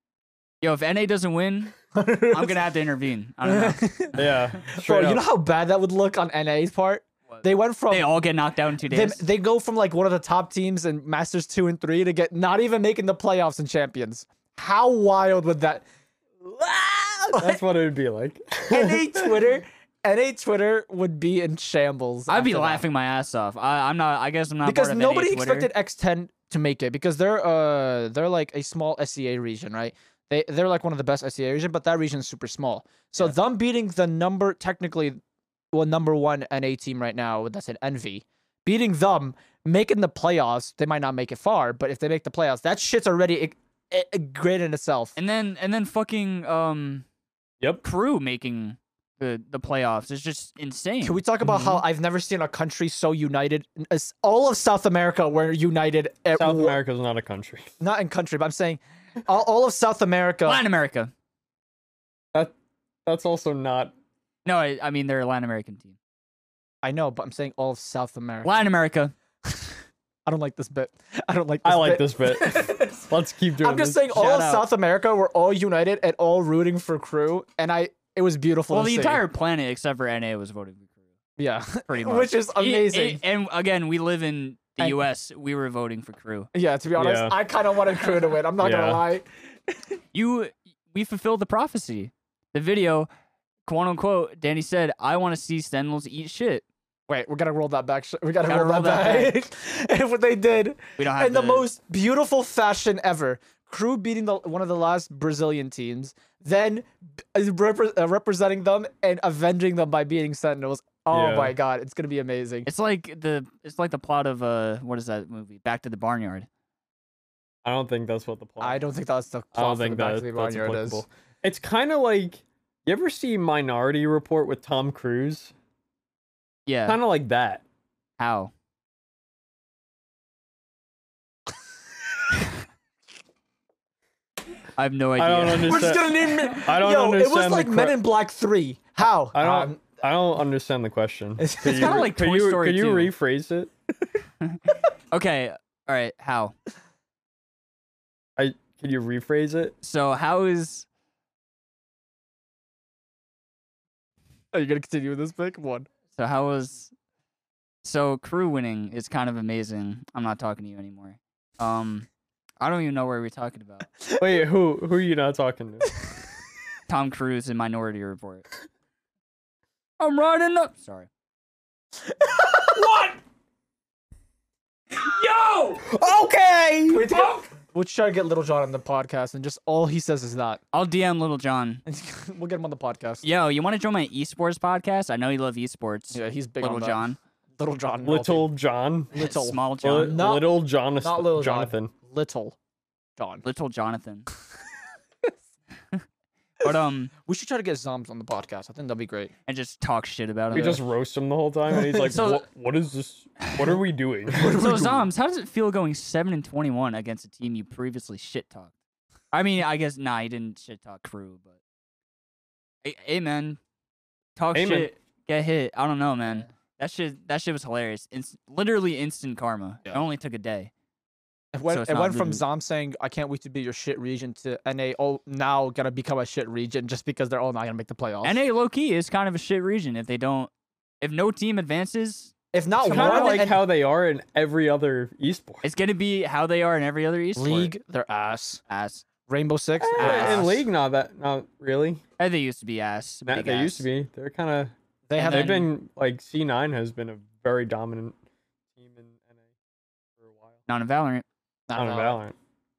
[SPEAKER 3] Yo, if NA doesn't win, I'm gonna have to intervene. I don't know.
[SPEAKER 1] Yeah.
[SPEAKER 2] Bro,
[SPEAKER 1] straight
[SPEAKER 2] you
[SPEAKER 1] up.
[SPEAKER 2] know how bad that would look on NA's part. They went from
[SPEAKER 3] They all get knocked out in two
[SPEAKER 2] they,
[SPEAKER 3] days.
[SPEAKER 2] they go from like one of the top teams in Masters two and three to get not even making the playoffs and champions. How wild would that?
[SPEAKER 1] That's what it would be like.
[SPEAKER 2] NA Twitter, NA Twitter would be in shambles.
[SPEAKER 3] I'd be
[SPEAKER 2] after that.
[SPEAKER 3] laughing my ass off. I, I'm not. I guess I'm not.
[SPEAKER 2] because
[SPEAKER 3] part of
[SPEAKER 2] nobody
[SPEAKER 3] NA Twitter.
[SPEAKER 2] expected X10 to make it because they're uh they're like a small SEA region, right? They they're like one of the best SEA region, but that region's super small. So them beating the number technically well number one NA team right now that's an envy, beating them making the playoffs. They might not make it far, but if they make the playoffs, that shit's already i- i- great in itself.
[SPEAKER 3] And then and then fucking um
[SPEAKER 1] Yep.
[SPEAKER 3] crew making the the playoffs is just insane.
[SPEAKER 2] Can we talk about
[SPEAKER 3] Mm-hmm.
[SPEAKER 2] how I've never seen a country so united? As all of South America were united. At
[SPEAKER 1] South
[SPEAKER 2] wa-
[SPEAKER 1] America's not a country.
[SPEAKER 2] Not in country, but I'm saying all, all of South America.
[SPEAKER 3] Latin America?
[SPEAKER 1] That that's also not
[SPEAKER 3] No, I, I mean they're a Latin American team.
[SPEAKER 2] I know, but I'm saying all of South America.
[SPEAKER 3] Latin America.
[SPEAKER 2] I don't like this bit. I don't like. This
[SPEAKER 1] I like
[SPEAKER 2] bit.
[SPEAKER 1] this bit. Let's keep doing
[SPEAKER 2] I'm
[SPEAKER 1] this.
[SPEAKER 2] just saying, all of
[SPEAKER 3] out.
[SPEAKER 2] South America were all united and all rooting for Crew, and I. It was beautiful.
[SPEAKER 3] Well,
[SPEAKER 2] to
[SPEAKER 3] the
[SPEAKER 2] see.
[SPEAKER 3] entire planet except for NA was voting for crew.
[SPEAKER 2] yeah,
[SPEAKER 3] Pretty much.
[SPEAKER 2] which is
[SPEAKER 3] I- I-
[SPEAKER 2] amazing.
[SPEAKER 3] and again, we live in the
[SPEAKER 2] And-
[SPEAKER 3] U.S. We were voting for crew.
[SPEAKER 2] yeah, to be honest,
[SPEAKER 1] Yeah.
[SPEAKER 2] I kind of wanted Crew to win. I'm not
[SPEAKER 1] Yeah.
[SPEAKER 2] gonna lie.
[SPEAKER 3] You, we fulfilled the prophecy. The video, quote unquote, Danny said, "I want to see Sentinels eat shit."
[SPEAKER 2] Wait, we're gonna roll that back. sh- We gotta,
[SPEAKER 3] Gotta
[SPEAKER 2] roll,
[SPEAKER 3] roll
[SPEAKER 2] that
[SPEAKER 3] that
[SPEAKER 2] back. and what they did
[SPEAKER 3] We don't have
[SPEAKER 2] in the
[SPEAKER 3] to-
[SPEAKER 2] most beautiful fashion ever. Crew beating the one of the last Brazilian teams, then uh, repre- uh, representing them and avenging them by beating Sentinels. Oh
[SPEAKER 1] Yeah.
[SPEAKER 2] my god, it's gonna be amazing.
[SPEAKER 3] It's like the it's like the plot of uh what is that movie? Back to the Barnyard.
[SPEAKER 1] I don't think that's what the plot.
[SPEAKER 2] I don't think that's the plot
[SPEAKER 1] I don't
[SPEAKER 2] for the
[SPEAKER 1] think
[SPEAKER 2] Back
[SPEAKER 1] that,
[SPEAKER 2] to the
[SPEAKER 1] that's
[SPEAKER 2] Barnyard is.
[SPEAKER 1] applicable. It's kind of like you ever see Minority Report with Tom Cruise?
[SPEAKER 3] Yeah.
[SPEAKER 1] Kind of like that.
[SPEAKER 3] How? I have no idea.
[SPEAKER 1] I don't
[SPEAKER 2] We're just
[SPEAKER 1] understand.
[SPEAKER 2] gonna name it.
[SPEAKER 1] I don't
[SPEAKER 2] Yo, it was
[SPEAKER 1] understand the
[SPEAKER 2] like
[SPEAKER 1] que-
[SPEAKER 2] Men in Black Three. How?
[SPEAKER 1] I don't.
[SPEAKER 2] Um,
[SPEAKER 1] I don't understand the question.
[SPEAKER 2] It's-
[SPEAKER 1] Could
[SPEAKER 2] it's
[SPEAKER 1] you-
[SPEAKER 3] kinda like
[SPEAKER 1] could
[SPEAKER 3] Toy
[SPEAKER 1] you,
[SPEAKER 3] Story
[SPEAKER 1] Could you
[SPEAKER 3] 2.
[SPEAKER 1] rephrase it?
[SPEAKER 3] Okay, all right. How?
[SPEAKER 1] I could you rephrase it?
[SPEAKER 3] So how is
[SPEAKER 2] are you gonna continue with this pick? One.
[SPEAKER 3] so how is so crew winning is kind of amazing. I'm not talking to you anymore. Um, I don't even know where we're talking about.
[SPEAKER 1] Wait, who who are you not talking to?
[SPEAKER 3] Tom Cruise in Minority Report. I'm riding up. Sorry.
[SPEAKER 4] What? Yo! Okay!
[SPEAKER 2] We have to get- We'll try to get Little John on the podcast, and just all he says is that.
[SPEAKER 3] I'll DM Little John.
[SPEAKER 2] we'll get him on the podcast.
[SPEAKER 3] Yo, you want to join my esports podcast? I know you love esports.
[SPEAKER 2] Yeah, he's big.
[SPEAKER 3] Little
[SPEAKER 2] on that.
[SPEAKER 3] John.
[SPEAKER 2] Little John.
[SPEAKER 1] Little John.
[SPEAKER 2] Little.
[SPEAKER 3] Small
[SPEAKER 1] Li-
[SPEAKER 3] John.
[SPEAKER 2] Not-
[SPEAKER 1] little Jonathan.
[SPEAKER 2] not Little John.
[SPEAKER 1] Jonathan.
[SPEAKER 2] Little John.
[SPEAKER 3] Little Jonathan. but um,
[SPEAKER 2] We should try to get Zombs on the podcast. I think that'd be great.
[SPEAKER 3] and just talk shit about
[SPEAKER 1] We
[SPEAKER 3] him.
[SPEAKER 1] just roast him the whole time, and he's like,
[SPEAKER 3] So-
[SPEAKER 1] "What- "What is this? What are we doing?"
[SPEAKER 3] so Zoms, how does it feel going seven and twenty-one against a team you previously shit talked? I mean, I guess nah, you didn't shit talk crew, but a- amen. Talk
[SPEAKER 1] Amen.
[SPEAKER 3] shit, get hit. I don't know, man. That shit, that shit was hilarious. Inst- literally instant karma. It
[SPEAKER 2] Yeah.
[SPEAKER 3] only took a day.
[SPEAKER 2] It went,
[SPEAKER 3] So it's
[SPEAKER 2] it
[SPEAKER 3] not
[SPEAKER 2] went from
[SPEAKER 3] really-
[SPEAKER 2] Zom saying, I can't wait to be your shit region to NA, oh, now gonna become a shit region just because they're all not gonna make the playoffs.
[SPEAKER 3] NA low key is kind of a shit region if they don't, if no team advances,
[SPEAKER 2] if not
[SPEAKER 1] It's
[SPEAKER 2] one
[SPEAKER 1] kind of like
[SPEAKER 2] and-
[SPEAKER 1] how they are in every other esport.
[SPEAKER 3] it's gonna be how they are in every other East
[SPEAKER 2] League, their ass.
[SPEAKER 3] ass.
[SPEAKER 2] Rainbow Six,
[SPEAKER 1] Eh,
[SPEAKER 2] their
[SPEAKER 1] in
[SPEAKER 2] ass.
[SPEAKER 1] league, not that, not really.
[SPEAKER 3] Eh, They used to be ass.
[SPEAKER 1] Not,
[SPEAKER 3] big
[SPEAKER 1] they used to
[SPEAKER 3] ass.
[SPEAKER 1] be. They're kind of.
[SPEAKER 2] They have
[SPEAKER 1] They've
[SPEAKER 3] then-
[SPEAKER 1] been like C nine has been a very dominant team in NA for a while.
[SPEAKER 3] not in Valorant.
[SPEAKER 1] Not in Valorant,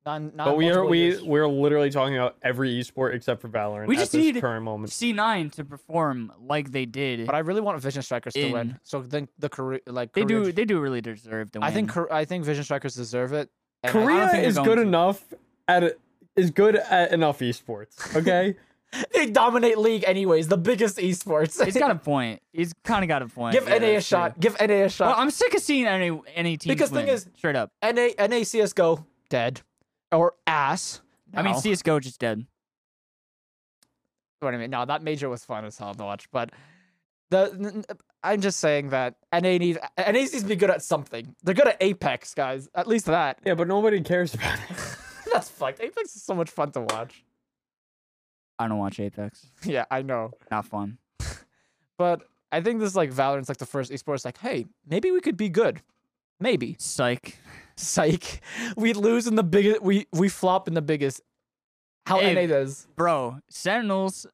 [SPEAKER 2] Not, not
[SPEAKER 1] but we are
[SPEAKER 2] multiple
[SPEAKER 1] we
[SPEAKER 2] years.
[SPEAKER 1] we're literally talking about every esport except for Valorant.
[SPEAKER 3] We
[SPEAKER 1] at
[SPEAKER 3] just
[SPEAKER 1] this
[SPEAKER 3] need-
[SPEAKER 1] current moment.
[SPEAKER 3] C9 to perform like they did.
[SPEAKER 2] But I really want Vision Strikers to win.
[SPEAKER 3] In-
[SPEAKER 2] So then the Korea, like
[SPEAKER 3] they
[SPEAKER 2] Korea-
[SPEAKER 3] do. They do really deserve to win.
[SPEAKER 2] I think Kor- I think Vision Strikers deserve it. and I-
[SPEAKER 3] don't
[SPEAKER 1] Korea
[SPEAKER 3] think they're
[SPEAKER 1] is
[SPEAKER 3] going
[SPEAKER 1] good
[SPEAKER 3] to.
[SPEAKER 1] enough at a, is good at enough esports. Okay,
[SPEAKER 2] they dominate league anyways. The biggest esports.
[SPEAKER 3] He's got a point. He's kind of got a point.
[SPEAKER 2] Give
[SPEAKER 3] Yeah,
[SPEAKER 2] NA a
[SPEAKER 3] that's
[SPEAKER 2] shot.
[SPEAKER 3] true.
[SPEAKER 2] Give NA a
[SPEAKER 3] Well,
[SPEAKER 2] shot.
[SPEAKER 3] I'm sick of seeing any any team
[SPEAKER 2] Because thing is-
[SPEAKER 3] straight up.
[SPEAKER 2] NA NA CS:GO dead or ass.
[SPEAKER 3] I mean,
[SPEAKER 2] No.
[SPEAKER 3] CS:GO just dead.
[SPEAKER 2] what I mean. No, that major was fun as hell to watch, but the n- n- I'm just saying that NA needs NA needs to be good at something. They're good at Apex, guys. At least that.
[SPEAKER 1] Yeah, but nobody cares about it.
[SPEAKER 2] That's fucked. Apex is so much fun to watch.
[SPEAKER 3] I don't watch Apex.
[SPEAKER 2] Yeah, I know.
[SPEAKER 3] Not fun.
[SPEAKER 2] But I think this is like Valorant's like the first esports like, hey, maybe we could be good. Maybe.
[SPEAKER 3] Psych.
[SPEAKER 2] Psych. We lose in the biggest we we flop in the biggest. How
[SPEAKER 3] Hey,
[SPEAKER 2] NA does.
[SPEAKER 3] Bro, Sentinels,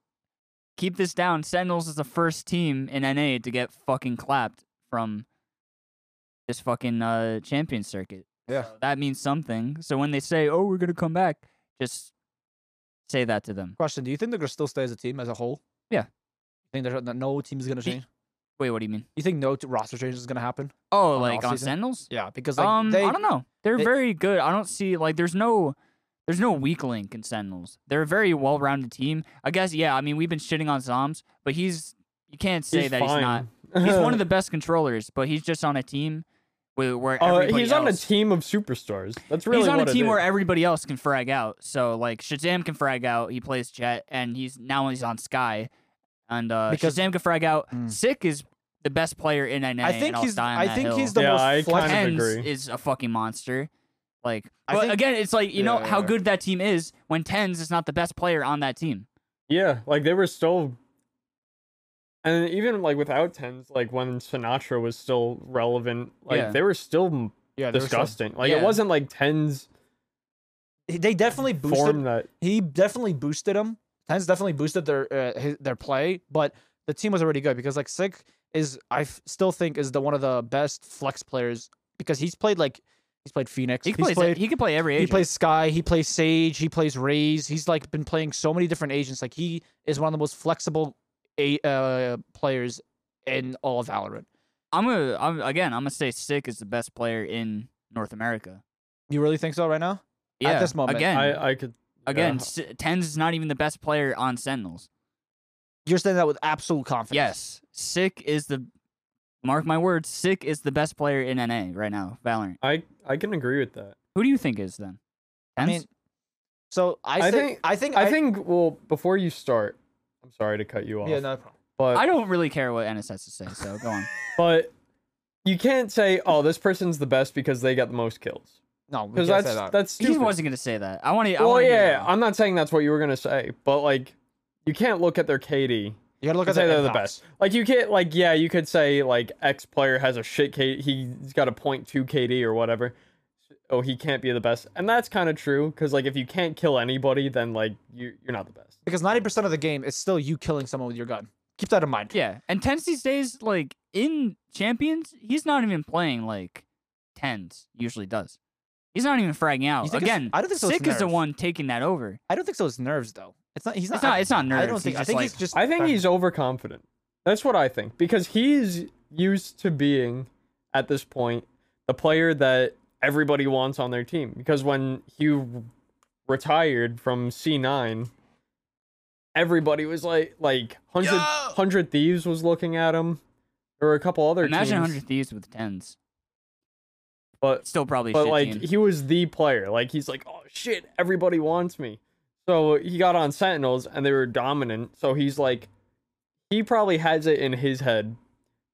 [SPEAKER 3] keep this down. Sentinels is the first team in NA to get fucking clapped from this fucking uh, champion circuit.
[SPEAKER 2] Yeah.
[SPEAKER 3] So that means something. So when they say, oh, we're going to come back, just say that to them.
[SPEAKER 2] Question, do you think they're gonna still stay as a team as a whole? You
[SPEAKER 3] Yeah.
[SPEAKER 2] think there's no- no team's gonna
[SPEAKER 3] Be-
[SPEAKER 2] change?
[SPEAKER 3] Wait, what do you mean?
[SPEAKER 2] You think no t- roster change is gonna happen? On
[SPEAKER 3] Oh,
[SPEAKER 2] the
[SPEAKER 3] like on
[SPEAKER 2] offseason?
[SPEAKER 3] Sentinels?
[SPEAKER 2] Yeah, because like
[SPEAKER 3] um,
[SPEAKER 2] they,
[SPEAKER 3] I don't know. They're
[SPEAKER 2] they-
[SPEAKER 3] very good. I don't see like there's no there's no weak link in Sentinels. They're a very well rounded team. I guess yeah. I mean we've been shitting on Zoms, but he's you can't say
[SPEAKER 1] he's
[SPEAKER 3] that he's not.
[SPEAKER 1] fine.
[SPEAKER 3] He's one of the best controllers, but he's just on a team where, where
[SPEAKER 1] Uh,
[SPEAKER 3] everybody
[SPEAKER 1] he's
[SPEAKER 3] else,
[SPEAKER 1] on a team of superstars. That's really
[SPEAKER 3] he's on a
[SPEAKER 1] what it
[SPEAKER 3] team
[SPEAKER 1] is.
[SPEAKER 3] where everybody else can frag out. So like Shazam can frag out. He plays Jet, and he's now he's on Sky, and uh,
[SPEAKER 2] Because-
[SPEAKER 3] Shazam can frag out.
[SPEAKER 1] Hmm.
[SPEAKER 2] Mm.
[SPEAKER 3] Sick is the best player in NA.
[SPEAKER 2] I
[SPEAKER 3] and
[SPEAKER 2] think
[SPEAKER 3] I'll
[SPEAKER 2] he's
[SPEAKER 3] die on
[SPEAKER 2] I
[SPEAKER 3] that
[SPEAKER 2] think
[SPEAKER 3] hill.
[SPEAKER 2] he's the
[SPEAKER 1] Yeah,
[SPEAKER 2] most
[SPEAKER 1] I
[SPEAKER 2] flexible.
[SPEAKER 1] kind of
[SPEAKER 3] Tens
[SPEAKER 1] agree.
[SPEAKER 3] is a fucking monster. Like,
[SPEAKER 2] I
[SPEAKER 3] but
[SPEAKER 2] think-
[SPEAKER 3] again, it's like you know
[SPEAKER 2] Yeah,
[SPEAKER 3] how
[SPEAKER 2] yeah.
[SPEAKER 3] good that team is when Tens is not the best player on that team.
[SPEAKER 1] Yeah, like they were still, and even like without tens, like when Sinatra was still relevant, like
[SPEAKER 3] Yeah.
[SPEAKER 1] they were still m-
[SPEAKER 2] yeah, they were so-
[SPEAKER 1] disgusting. Like
[SPEAKER 3] Yeah.
[SPEAKER 1] it wasn't like tens
[SPEAKER 2] He- They definitely boosted.
[SPEAKER 1] form that.
[SPEAKER 2] He definitely boosted him. Tens definitely boosted their uh, his, their play, but the team was already good because like Sick is I f- still think is the one of the best flex players because he's played like he's played Phoenix.
[SPEAKER 3] He
[SPEAKER 2] he's
[SPEAKER 3] plays.
[SPEAKER 2] played,
[SPEAKER 3] he can play every.
[SPEAKER 2] he
[SPEAKER 3] Agent.
[SPEAKER 2] plays Sky, he plays Sage, he plays Raze. He's like been playing so many different agents. Like he is one of the most flexible a- uh, players in all of Valorant.
[SPEAKER 3] I'm gonna. I'm again. I'm gonna say Sick is the best player in North America.
[SPEAKER 2] You really think so right now?
[SPEAKER 3] Yeah.
[SPEAKER 2] this moment.
[SPEAKER 3] again,
[SPEAKER 1] I I could uh,
[SPEAKER 3] again,
[SPEAKER 1] yeah.
[SPEAKER 3] S Tens is not even the best player on Sentinels.
[SPEAKER 2] You're saying that with absolute confidence.
[SPEAKER 3] Yes, Sick is the. Mark my words. Sick is the best player in NA right now. Valorant.
[SPEAKER 1] I I can agree with that.
[SPEAKER 3] Who do you think is then?
[SPEAKER 2] I
[SPEAKER 3] Tens?
[SPEAKER 2] mean, so I,
[SPEAKER 1] I
[SPEAKER 2] thi-
[SPEAKER 1] think-
[SPEAKER 2] I think
[SPEAKER 1] I think well before you start, I'm sorry to cut you off.
[SPEAKER 2] yeah, no problem.
[SPEAKER 1] but
[SPEAKER 3] I don't really care what Ennis has to say. So go on.
[SPEAKER 1] but you can't say oh this person's the best because they got the most kills
[SPEAKER 2] No, we
[SPEAKER 1] because
[SPEAKER 2] can't
[SPEAKER 1] that's
[SPEAKER 2] say that.
[SPEAKER 1] that's stupid.
[SPEAKER 3] he wasn't gonna say that. I want to.
[SPEAKER 1] well,
[SPEAKER 3] wanna hear
[SPEAKER 1] yeah,
[SPEAKER 3] that.
[SPEAKER 1] I'm not saying that's what you were gonna say, but like you can't look at their KD
[SPEAKER 2] you gotta look
[SPEAKER 1] Look
[SPEAKER 2] at
[SPEAKER 1] say
[SPEAKER 2] their
[SPEAKER 1] they're the
[SPEAKER 2] impacts.
[SPEAKER 1] best. Like you can't like yeah, you could say like X player has a shit K he's got a point two KD or whatever. Oh, he can't be the best. And that's kind of true cuz like if you can't kill anybody then like you you're not the best.
[SPEAKER 2] because ninety percent of the game is still you killing someone with your gun. Keep that in mind.
[SPEAKER 3] Yeah, and tens these days, like in champions, he's not even playing like tens usually does. He's not even fragging out.
[SPEAKER 2] You think it's-
[SPEAKER 3] Again,
[SPEAKER 2] I don't think so, it's
[SPEAKER 3] Sick is the
[SPEAKER 2] nerves.
[SPEAKER 3] one taking that over.
[SPEAKER 2] I don't think so. It's nerves though. It's not. He's not.
[SPEAKER 3] It's not- it's not
[SPEAKER 2] I
[SPEAKER 3] nerves,
[SPEAKER 2] don't think.
[SPEAKER 3] he's
[SPEAKER 2] I think
[SPEAKER 3] just
[SPEAKER 2] he's
[SPEAKER 3] like-
[SPEAKER 2] just.
[SPEAKER 1] I think he's overconfident. That's what I think because he's used to being at this point the player that everybody wants on their team because when he retired from C9 everybody was like like 100 100 thieves was looking at him there were a couple other
[SPEAKER 3] Imagine
[SPEAKER 1] teams
[SPEAKER 3] hundred thieves with tens.
[SPEAKER 1] but
[SPEAKER 3] Still probably.
[SPEAKER 1] but
[SPEAKER 3] shit
[SPEAKER 1] like
[SPEAKER 3] team.
[SPEAKER 1] he was the player like he's like oh shit everybody wants me so he got on sentinels and they were dominant so he's like he probably has it in his head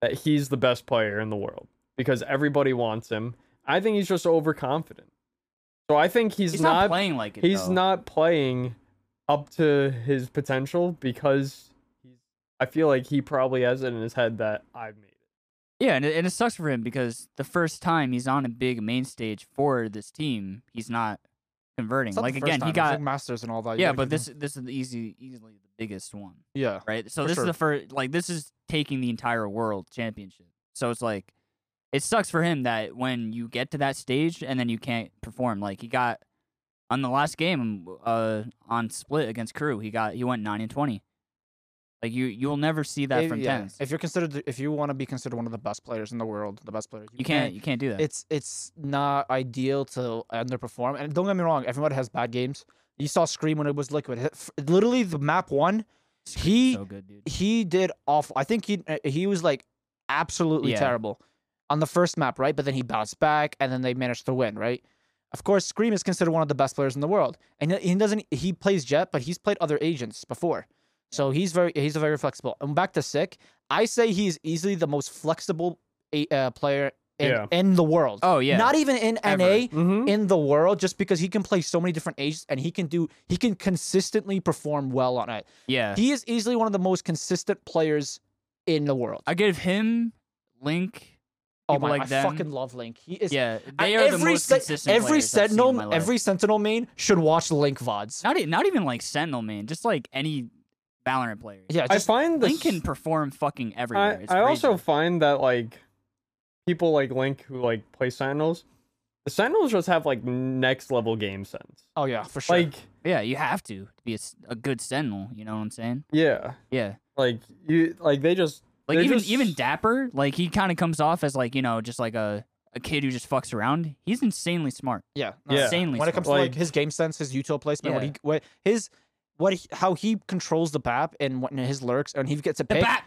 [SPEAKER 1] that he's the best player in the world because everybody wants him i think he's just overconfident so i think he's,
[SPEAKER 3] he's, not, playing like it.
[SPEAKER 1] he's
[SPEAKER 3] though.
[SPEAKER 1] not playing up to his potential because he's i feel like he probably has it in his head that i've made it
[SPEAKER 3] Yeah, and it, and it sucks for him because the first time he's on a big main stage for this team, he's not converting.
[SPEAKER 2] it's not the
[SPEAKER 3] like
[SPEAKER 2] first
[SPEAKER 3] again,
[SPEAKER 2] time.
[SPEAKER 3] he
[SPEAKER 2] It's
[SPEAKER 3] got
[SPEAKER 2] like masters and all that. You
[SPEAKER 3] yeah,
[SPEAKER 2] gotta
[SPEAKER 3] but
[SPEAKER 2] keep in-
[SPEAKER 3] this this is the easy easily the biggest one.
[SPEAKER 2] Yeah.
[SPEAKER 3] right? So
[SPEAKER 2] For
[SPEAKER 3] this
[SPEAKER 2] sure.
[SPEAKER 3] is the first, like, this is taking the entire world championship. So it's like, it sucks for him that when you get to that stage and then you can't perform. Like he got on the last game, uh, on split against Crew, he got he went nine and twenty. Like you, you'll never see that
[SPEAKER 2] If-
[SPEAKER 3] from
[SPEAKER 2] yeah,
[SPEAKER 3] tens.
[SPEAKER 2] If you're considered, if you want to be considered one of the best players in the world, the best player,
[SPEAKER 3] You can't, you can't do that.
[SPEAKER 2] It's it's not ideal to underperform. And don't get me wrong, everyone has bad games. You saw Scream when it was Liquid. H- f- Literally, the map one, he
[SPEAKER 3] so good, dude.
[SPEAKER 2] he did awful. I think he uh, he was like absolutely
[SPEAKER 3] Yeah.
[SPEAKER 2] terrible on the first map, right? But then he bounced back, and then they managed to win, right? Of course, Scream is considered one of the best players in the world, and he he doesn't. He plays Jet, but he's played other agents before, so he's very he's very flexible. And back to Sick, I say he is easily the most flexible a, uh, player in,
[SPEAKER 1] Yeah.
[SPEAKER 2] in the world.
[SPEAKER 3] Oh yeah,
[SPEAKER 2] Not even in
[SPEAKER 3] Ever.
[SPEAKER 2] NA,
[SPEAKER 1] Mm-hmm.
[SPEAKER 2] in the world just because he can play so many different agents and he can do he can consistently perform well on it.
[SPEAKER 3] yeah.
[SPEAKER 2] He is easily one of the most consistent players in the world.
[SPEAKER 3] I give him Link.
[SPEAKER 2] oh
[SPEAKER 3] people
[SPEAKER 2] my,
[SPEAKER 3] like
[SPEAKER 2] I
[SPEAKER 3] them.
[SPEAKER 2] fucking love Link. He is
[SPEAKER 3] Yeah,
[SPEAKER 2] I-
[SPEAKER 3] they are
[SPEAKER 2] every
[SPEAKER 3] the most
[SPEAKER 2] sen-
[SPEAKER 3] consistent.
[SPEAKER 2] every
[SPEAKER 3] players I've seen in
[SPEAKER 2] Sentinel
[SPEAKER 3] my life.
[SPEAKER 2] every Sentinel main should watch Link vods.
[SPEAKER 3] not e- not even like Sentinel man, just like any Valorant player.
[SPEAKER 2] Yeah,
[SPEAKER 1] I
[SPEAKER 2] just
[SPEAKER 1] find this.
[SPEAKER 3] Link can perform fucking everywhere.
[SPEAKER 1] I,
[SPEAKER 3] It's
[SPEAKER 1] I also
[SPEAKER 3] crazy.
[SPEAKER 1] find that like people like Link who like play Sentinels, the Sentinels just have like next level game sense.
[SPEAKER 2] oh yeah, for sure.
[SPEAKER 1] Like
[SPEAKER 3] yeah, you have to be a, s- a good Sentinel. You know what I'm saying?
[SPEAKER 1] yeah,
[SPEAKER 3] Yeah,
[SPEAKER 1] like you like they just
[SPEAKER 3] like
[SPEAKER 1] They're
[SPEAKER 3] even
[SPEAKER 1] just-
[SPEAKER 3] even Dapper, like he kind of comes off as like you know just like a a kid who just fucks around. He's insanely smart.
[SPEAKER 2] yeah.
[SPEAKER 1] Yeah.
[SPEAKER 3] Insanely
[SPEAKER 2] When it
[SPEAKER 3] smart.
[SPEAKER 2] comes to like
[SPEAKER 1] Like-
[SPEAKER 2] his game sense, his util placement, what
[SPEAKER 3] Yeah.
[SPEAKER 2] he what his what he, how he controls the map and when his lurks and he gets a
[SPEAKER 3] the
[SPEAKER 2] pick.
[SPEAKER 3] bat.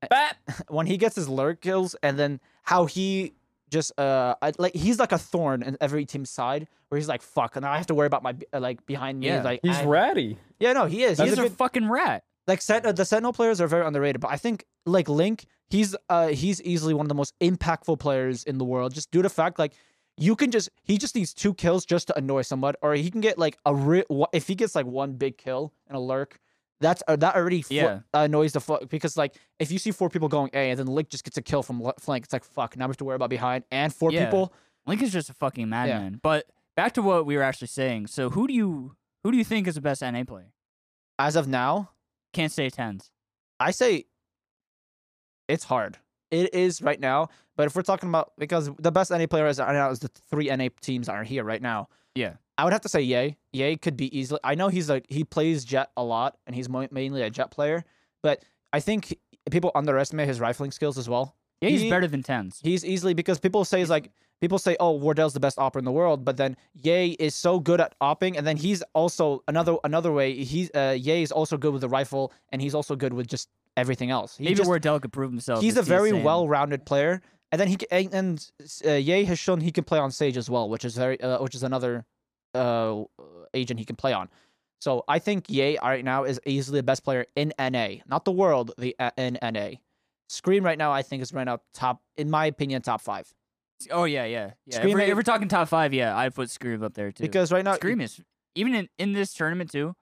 [SPEAKER 3] eh,
[SPEAKER 2] when he gets his lurk kills and then how he just uh I, like he's like a thorn in every team's side where he's like fuck and I have to worry about my b- uh, like behind me
[SPEAKER 3] Yeah,
[SPEAKER 2] like
[SPEAKER 1] he's
[SPEAKER 2] I-
[SPEAKER 1] ratty.
[SPEAKER 2] yeah no he is
[SPEAKER 3] He's
[SPEAKER 2] he's
[SPEAKER 3] a,
[SPEAKER 2] a good,
[SPEAKER 3] fucking rat.
[SPEAKER 2] like Sent- uh, the Sentinel players are very underrated but I think like Link he's uh he's easily one of the most impactful players in the world just due to fact like you can just he just needs two kills just to annoy someone or he can get like a re- wha- if he gets like one big kill and a lurk that's uh, that already fl-
[SPEAKER 3] Yeah.
[SPEAKER 2] annoys the fuck because like if you see four people going A and then Lick just gets a kill from le- flank it's like fuck now we have to worry about behind and four
[SPEAKER 3] Yeah.
[SPEAKER 2] people
[SPEAKER 3] Link is just a fucking madman. But back to what we were actually saying. So who do you who do you think is the best NA player?
[SPEAKER 2] as of now
[SPEAKER 3] Can't say tens.
[SPEAKER 2] I say it's hard it is right now but if we're talking about because the best NA player as of right now is the three NA teams that are here right now
[SPEAKER 3] Yeah.
[SPEAKER 2] I would have to say Yay. Yay could be easily. I know he's like he plays Jet a lot, and he's mo- mainly a Jet player. But I think people underestimate his rifling skills as well.
[SPEAKER 3] Yeah, he's
[SPEAKER 2] He-
[SPEAKER 3] better than tens.
[SPEAKER 2] He's easily because people say he's like people say, oh, Wardell's the best opera in the world, but then Ye is so good at opping, and then he's also another another way. He's uh, Ye is also good with the rifle, and he's also good with just everything else. He
[SPEAKER 3] Maybe
[SPEAKER 2] just-
[SPEAKER 3] Wardell could prove himself.
[SPEAKER 2] he's
[SPEAKER 3] to
[SPEAKER 2] a very
[SPEAKER 3] CSN.
[SPEAKER 2] well-rounded player, and then he ca- and, and uh, Ye has shown he can play on stage as well, which is very uh, which is another uh, agent he can play on. So I think Ye right now is easily the best player in NA, not the world, the uh, in NA. Scream right now, I think is right now top, in my opinion, top five
[SPEAKER 3] Oh yeah, yeah, yeah. If
[SPEAKER 2] Scream
[SPEAKER 3] we're,
[SPEAKER 2] made-
[SPEAKER 3] if we're talking top five, yeah, I'd put Scream up there too.
[SPEAKER 2] because right now
[SPEAKER 3] Scream is even in, in this tournament too,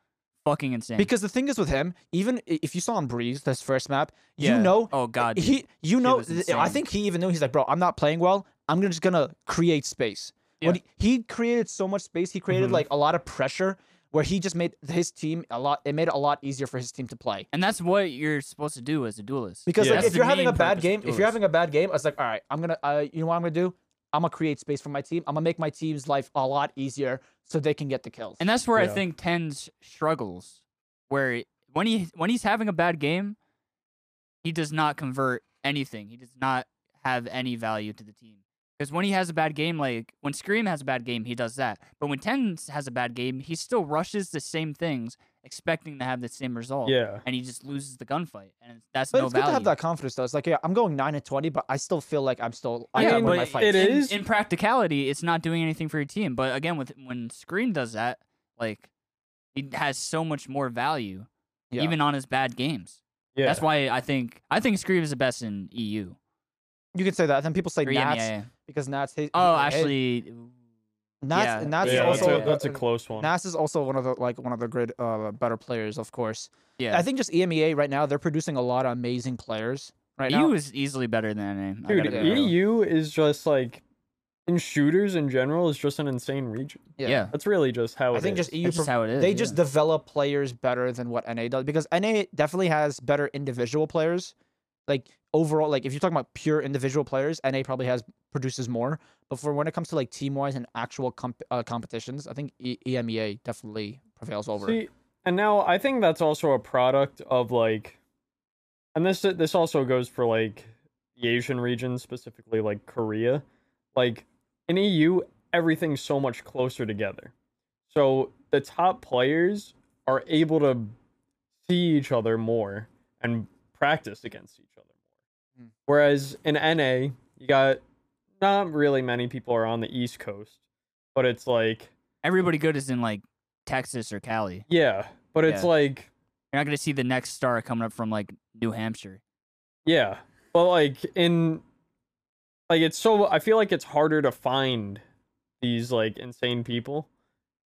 [SPEAKER 3] fucking insane.
[SPEAKER 2] because the thing is with him, even i- if you saw him breeze this first map,
[SPEAKER 3] Yeah.
[SPEAKER 2] you know
[SPEAKER 3] oh god, dude.
[SPEAKER 2] he, you know,
[SPEAKER 3] was
[SPEAKER 2] th- I
[SPEAKER 3] insane.
[SPEAKER 2] think he even knew he's like, bro, I'm not playing well. I'm gonna- just gonna create space. When
[SPEAKER 3] Yeah. Mm-hmm.
[SPEAKER 2] he, he created so much space, he created
[SPEAKER 1] Mhm.
[SPEAKER 2] like a lot of pressure where he just made his team a lot. It made it a lot easier for his team to play.
[SPEAKER 3] and that's what you're supposed to do as a duelist.
[SPEAKER 2] Because
[SPEAKER 1] Yeah.
[SPEAKER 2] like,
[SPEAKER 1] That's
[SPEAKER 2] if
[SPEAKER 3] the
[SPEAKER 2] you're having
[SPEAKER 3] main
[SPEAKER 2] a bad
[SPEAKER 3] purpose of
[SPEAKER 2] game, if
[SPEAKER 3] duels.
[SPEAKER 2] you're having a bad game, I was like, all right, I'm gonna, uh, you know what I'm gonna do? I'm gonna create space for my team. I'm gonna make my team's life a lot easier so they can get the kills.
[SPEAKER 3] and that's where I
[SPEAKER 1] Yeah.
[SPEAKER 3] think Tens struggles, where it- when he when he's having a bad game, he does not convert anything. He does not have any value to the team. Because when he has a bad game, like when Scream has a bad game, he does that. But when Tens has a bad game, he still rushes the same things, expecting to have the same result.
[SPEAKER 1] Yeah,
[SPEAKER 3] and he just loses the gunfight, and it's- that's
[SPEAKER 2] but
[SPEAKER 3] no
[SPEAKER 2] it's good
[SPEAKER 3] value.
[SPEAKER 2] to have that confidence though. It's like, yeah, I'm going nine and twenty, but I still feel like I'm still. I
[SPEAKER 1] Yeah,
[SPEAKER 2] gotta win
[SPEAKER 1] but
[SPEAKER 2] my
[SPEAKER 1] it-
[SPEAKER 2] fights.
[SPEAKER 1] it
[SPEAKER 3] in,
[SPEAKER 1] is-
[SPEAKER 3] in practicality, it's not doing anything for your team. But again, with when Scream does that, like he has so much more value,
[SPEAKER 2] Yeah.
[SPEAKER 3] even on his bad games.
[SPEAKER 1] yeah.
[SPEAKER 3] That's why I think I think Scream is the best in EU.
[SPEAKER 2] you can say that. Then people say
[SPEAKER 3] Or E EMEA.
[SPEAKER 2] Nats because Nats. His,
[SPEAKER 3] Oh,
[SPEAKER 2] his-
[SPEAKER 3] actually,
[SPEAKER 2] Nats,
[SPEAKER 3] Yeah.
[SPEAKER 2] Nats
[SPEAKER 1] Yeah,
[SPEAKER 2] is
[SPEAKER 1] that's,
[SPEAKER 2] also
[SPEAKER 1] a, that's a close one.
[SPEAKER 2] Nas is also one of the like one of the great uh, better players, of course.
[SPEAKER 3] yeah,
[SPEAKER 2] I think just E EMEA right now they're producing a lot of amazing players right
[SPEAKER 3] EU
[SPEAKER 2] now.
[SPEAKER 3] E
[SPEAKER 2] E
[SPEAKER 3] is easily better than NA. I
[SPEAKER 1] Dude,
[SPEAKER 3] gotta be real.
[SPEAKER 1] EU is just like in shooters in general is just an insane region.
[SPEAKER 3] yeah,
[SPEAKER 1] That's really just how
[SPEAKER 2] I
[SPEAKER 1] Oh, it
[SPEAKER 2] think
[SPEAKER 1] is.
[SPEAKER 2] just EU.
[SPEAKER 3] that's just
[SPEAKER 2] pro-
[SPEAKER 3] how it is.
[SPEAKER 2] they
[SPEAKER 3] yeah.
[SPEAKER 2] just develop players better than what NA does because NA definitely has better individual players. Like overall, like if you're talking about pure individual players, NA probably has produces more. But for when it comes to like team wise and actual comp- uh, competitions, I think e- EMEA definitely prevails over.
[SPEAKER 1] See, and now I think that's also a product of like and this this also goes for like the Asian region, specifically like Korea. Like in EU, everything's so much closer together. So the top players are able to see each other more and practice against each other more.
[SPEAKER 2] Mm.
[SPEAKER 1] Whereas in NA, you got not really many people are on the East Coast, but it's like
[SPEAKER 3] Everybody good is in like Texas or Cali.
[SPEAKER 1] yeah, but it's
[SPEAKER 3] Yeah.
[SPEAKER 1] like
[SPEAKER 3] You're not gonna see the next star coming up from like New Hampshire.
[SPEAKER 1] Yeah, but like in, like it's so I feel like it's harder to find these like insane people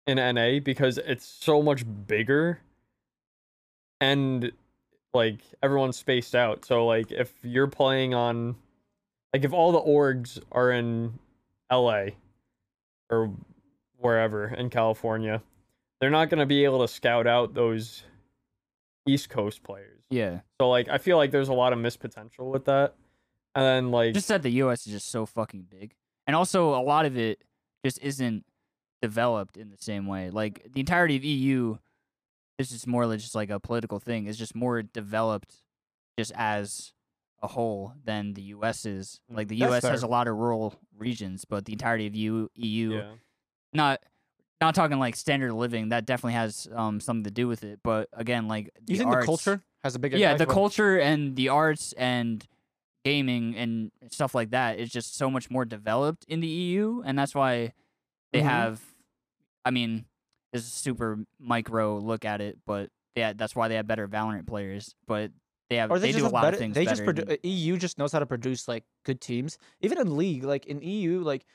[SPEAKER 1] in NA because it's so much bigger, and like everyone's spaced out. So like if you're playing on, like if all the orgs are in LA or wherever in California, they're not gonna be able to scout out those East Coast players.
[SPEAKER 3] Yeah.
[SPEAKER 1] So like I feel like there's a lot of missed potential with that. And then like
[SPEAKER 3] Just that the US is just so fucking big. And also a lot of it just isn't developed in the same way. Like the entirety of EU this is more like just like a political thing, is just more developed just as a whole than the US is.
[SPEAKER 1] Mm,
[SPEAKER 3] Like the
[SPEAKER 1] that's
[SPEAKER 3] US has a
[SPEAKER 1] fair.
[SPEAKER 3] lot of rural regions, but the entirety of EU EU
[SPEAKER 1] yeah.
[SPEAKER 3] not not talking like standard of living, that definitely has um something to do with it. But again, like
[SPEAKER 2] You
[SPEAKER 3] the
[SPEAKER 2] think
[SPEAKER 3] arts-
[SPEAKER 2] the culture has a big
[SPEAKER 3] yeah
[SPEAKER 2] impact
[SPEAKER 3] the
[SPEAKER 2] on-
[SPEAKER 3] culture and the arts and gaming and stuff like that is just so much more developed in the eu and that's why they
[SPEAKER 2] Mhm.
[SPEAKER 3] have i mean this is a super micro look at it but yeah that's why they have better valorant players but they have
[SPEAKER 2] Or they, just
[SPEAKER 3] do a
[SPEAKER 2] have
[SPEAKER 3] lot
[SPEAKER 2] better,
[SPEAKER 3] of things
[SPEAKER 2] They
[SPEAKER 3] better
[SPEAKER 2] just produ-
[SPEAKER 3] than-
[SPEAKER 2] uh, EU just knows how to produce like good teams. Even in league, like in EU, like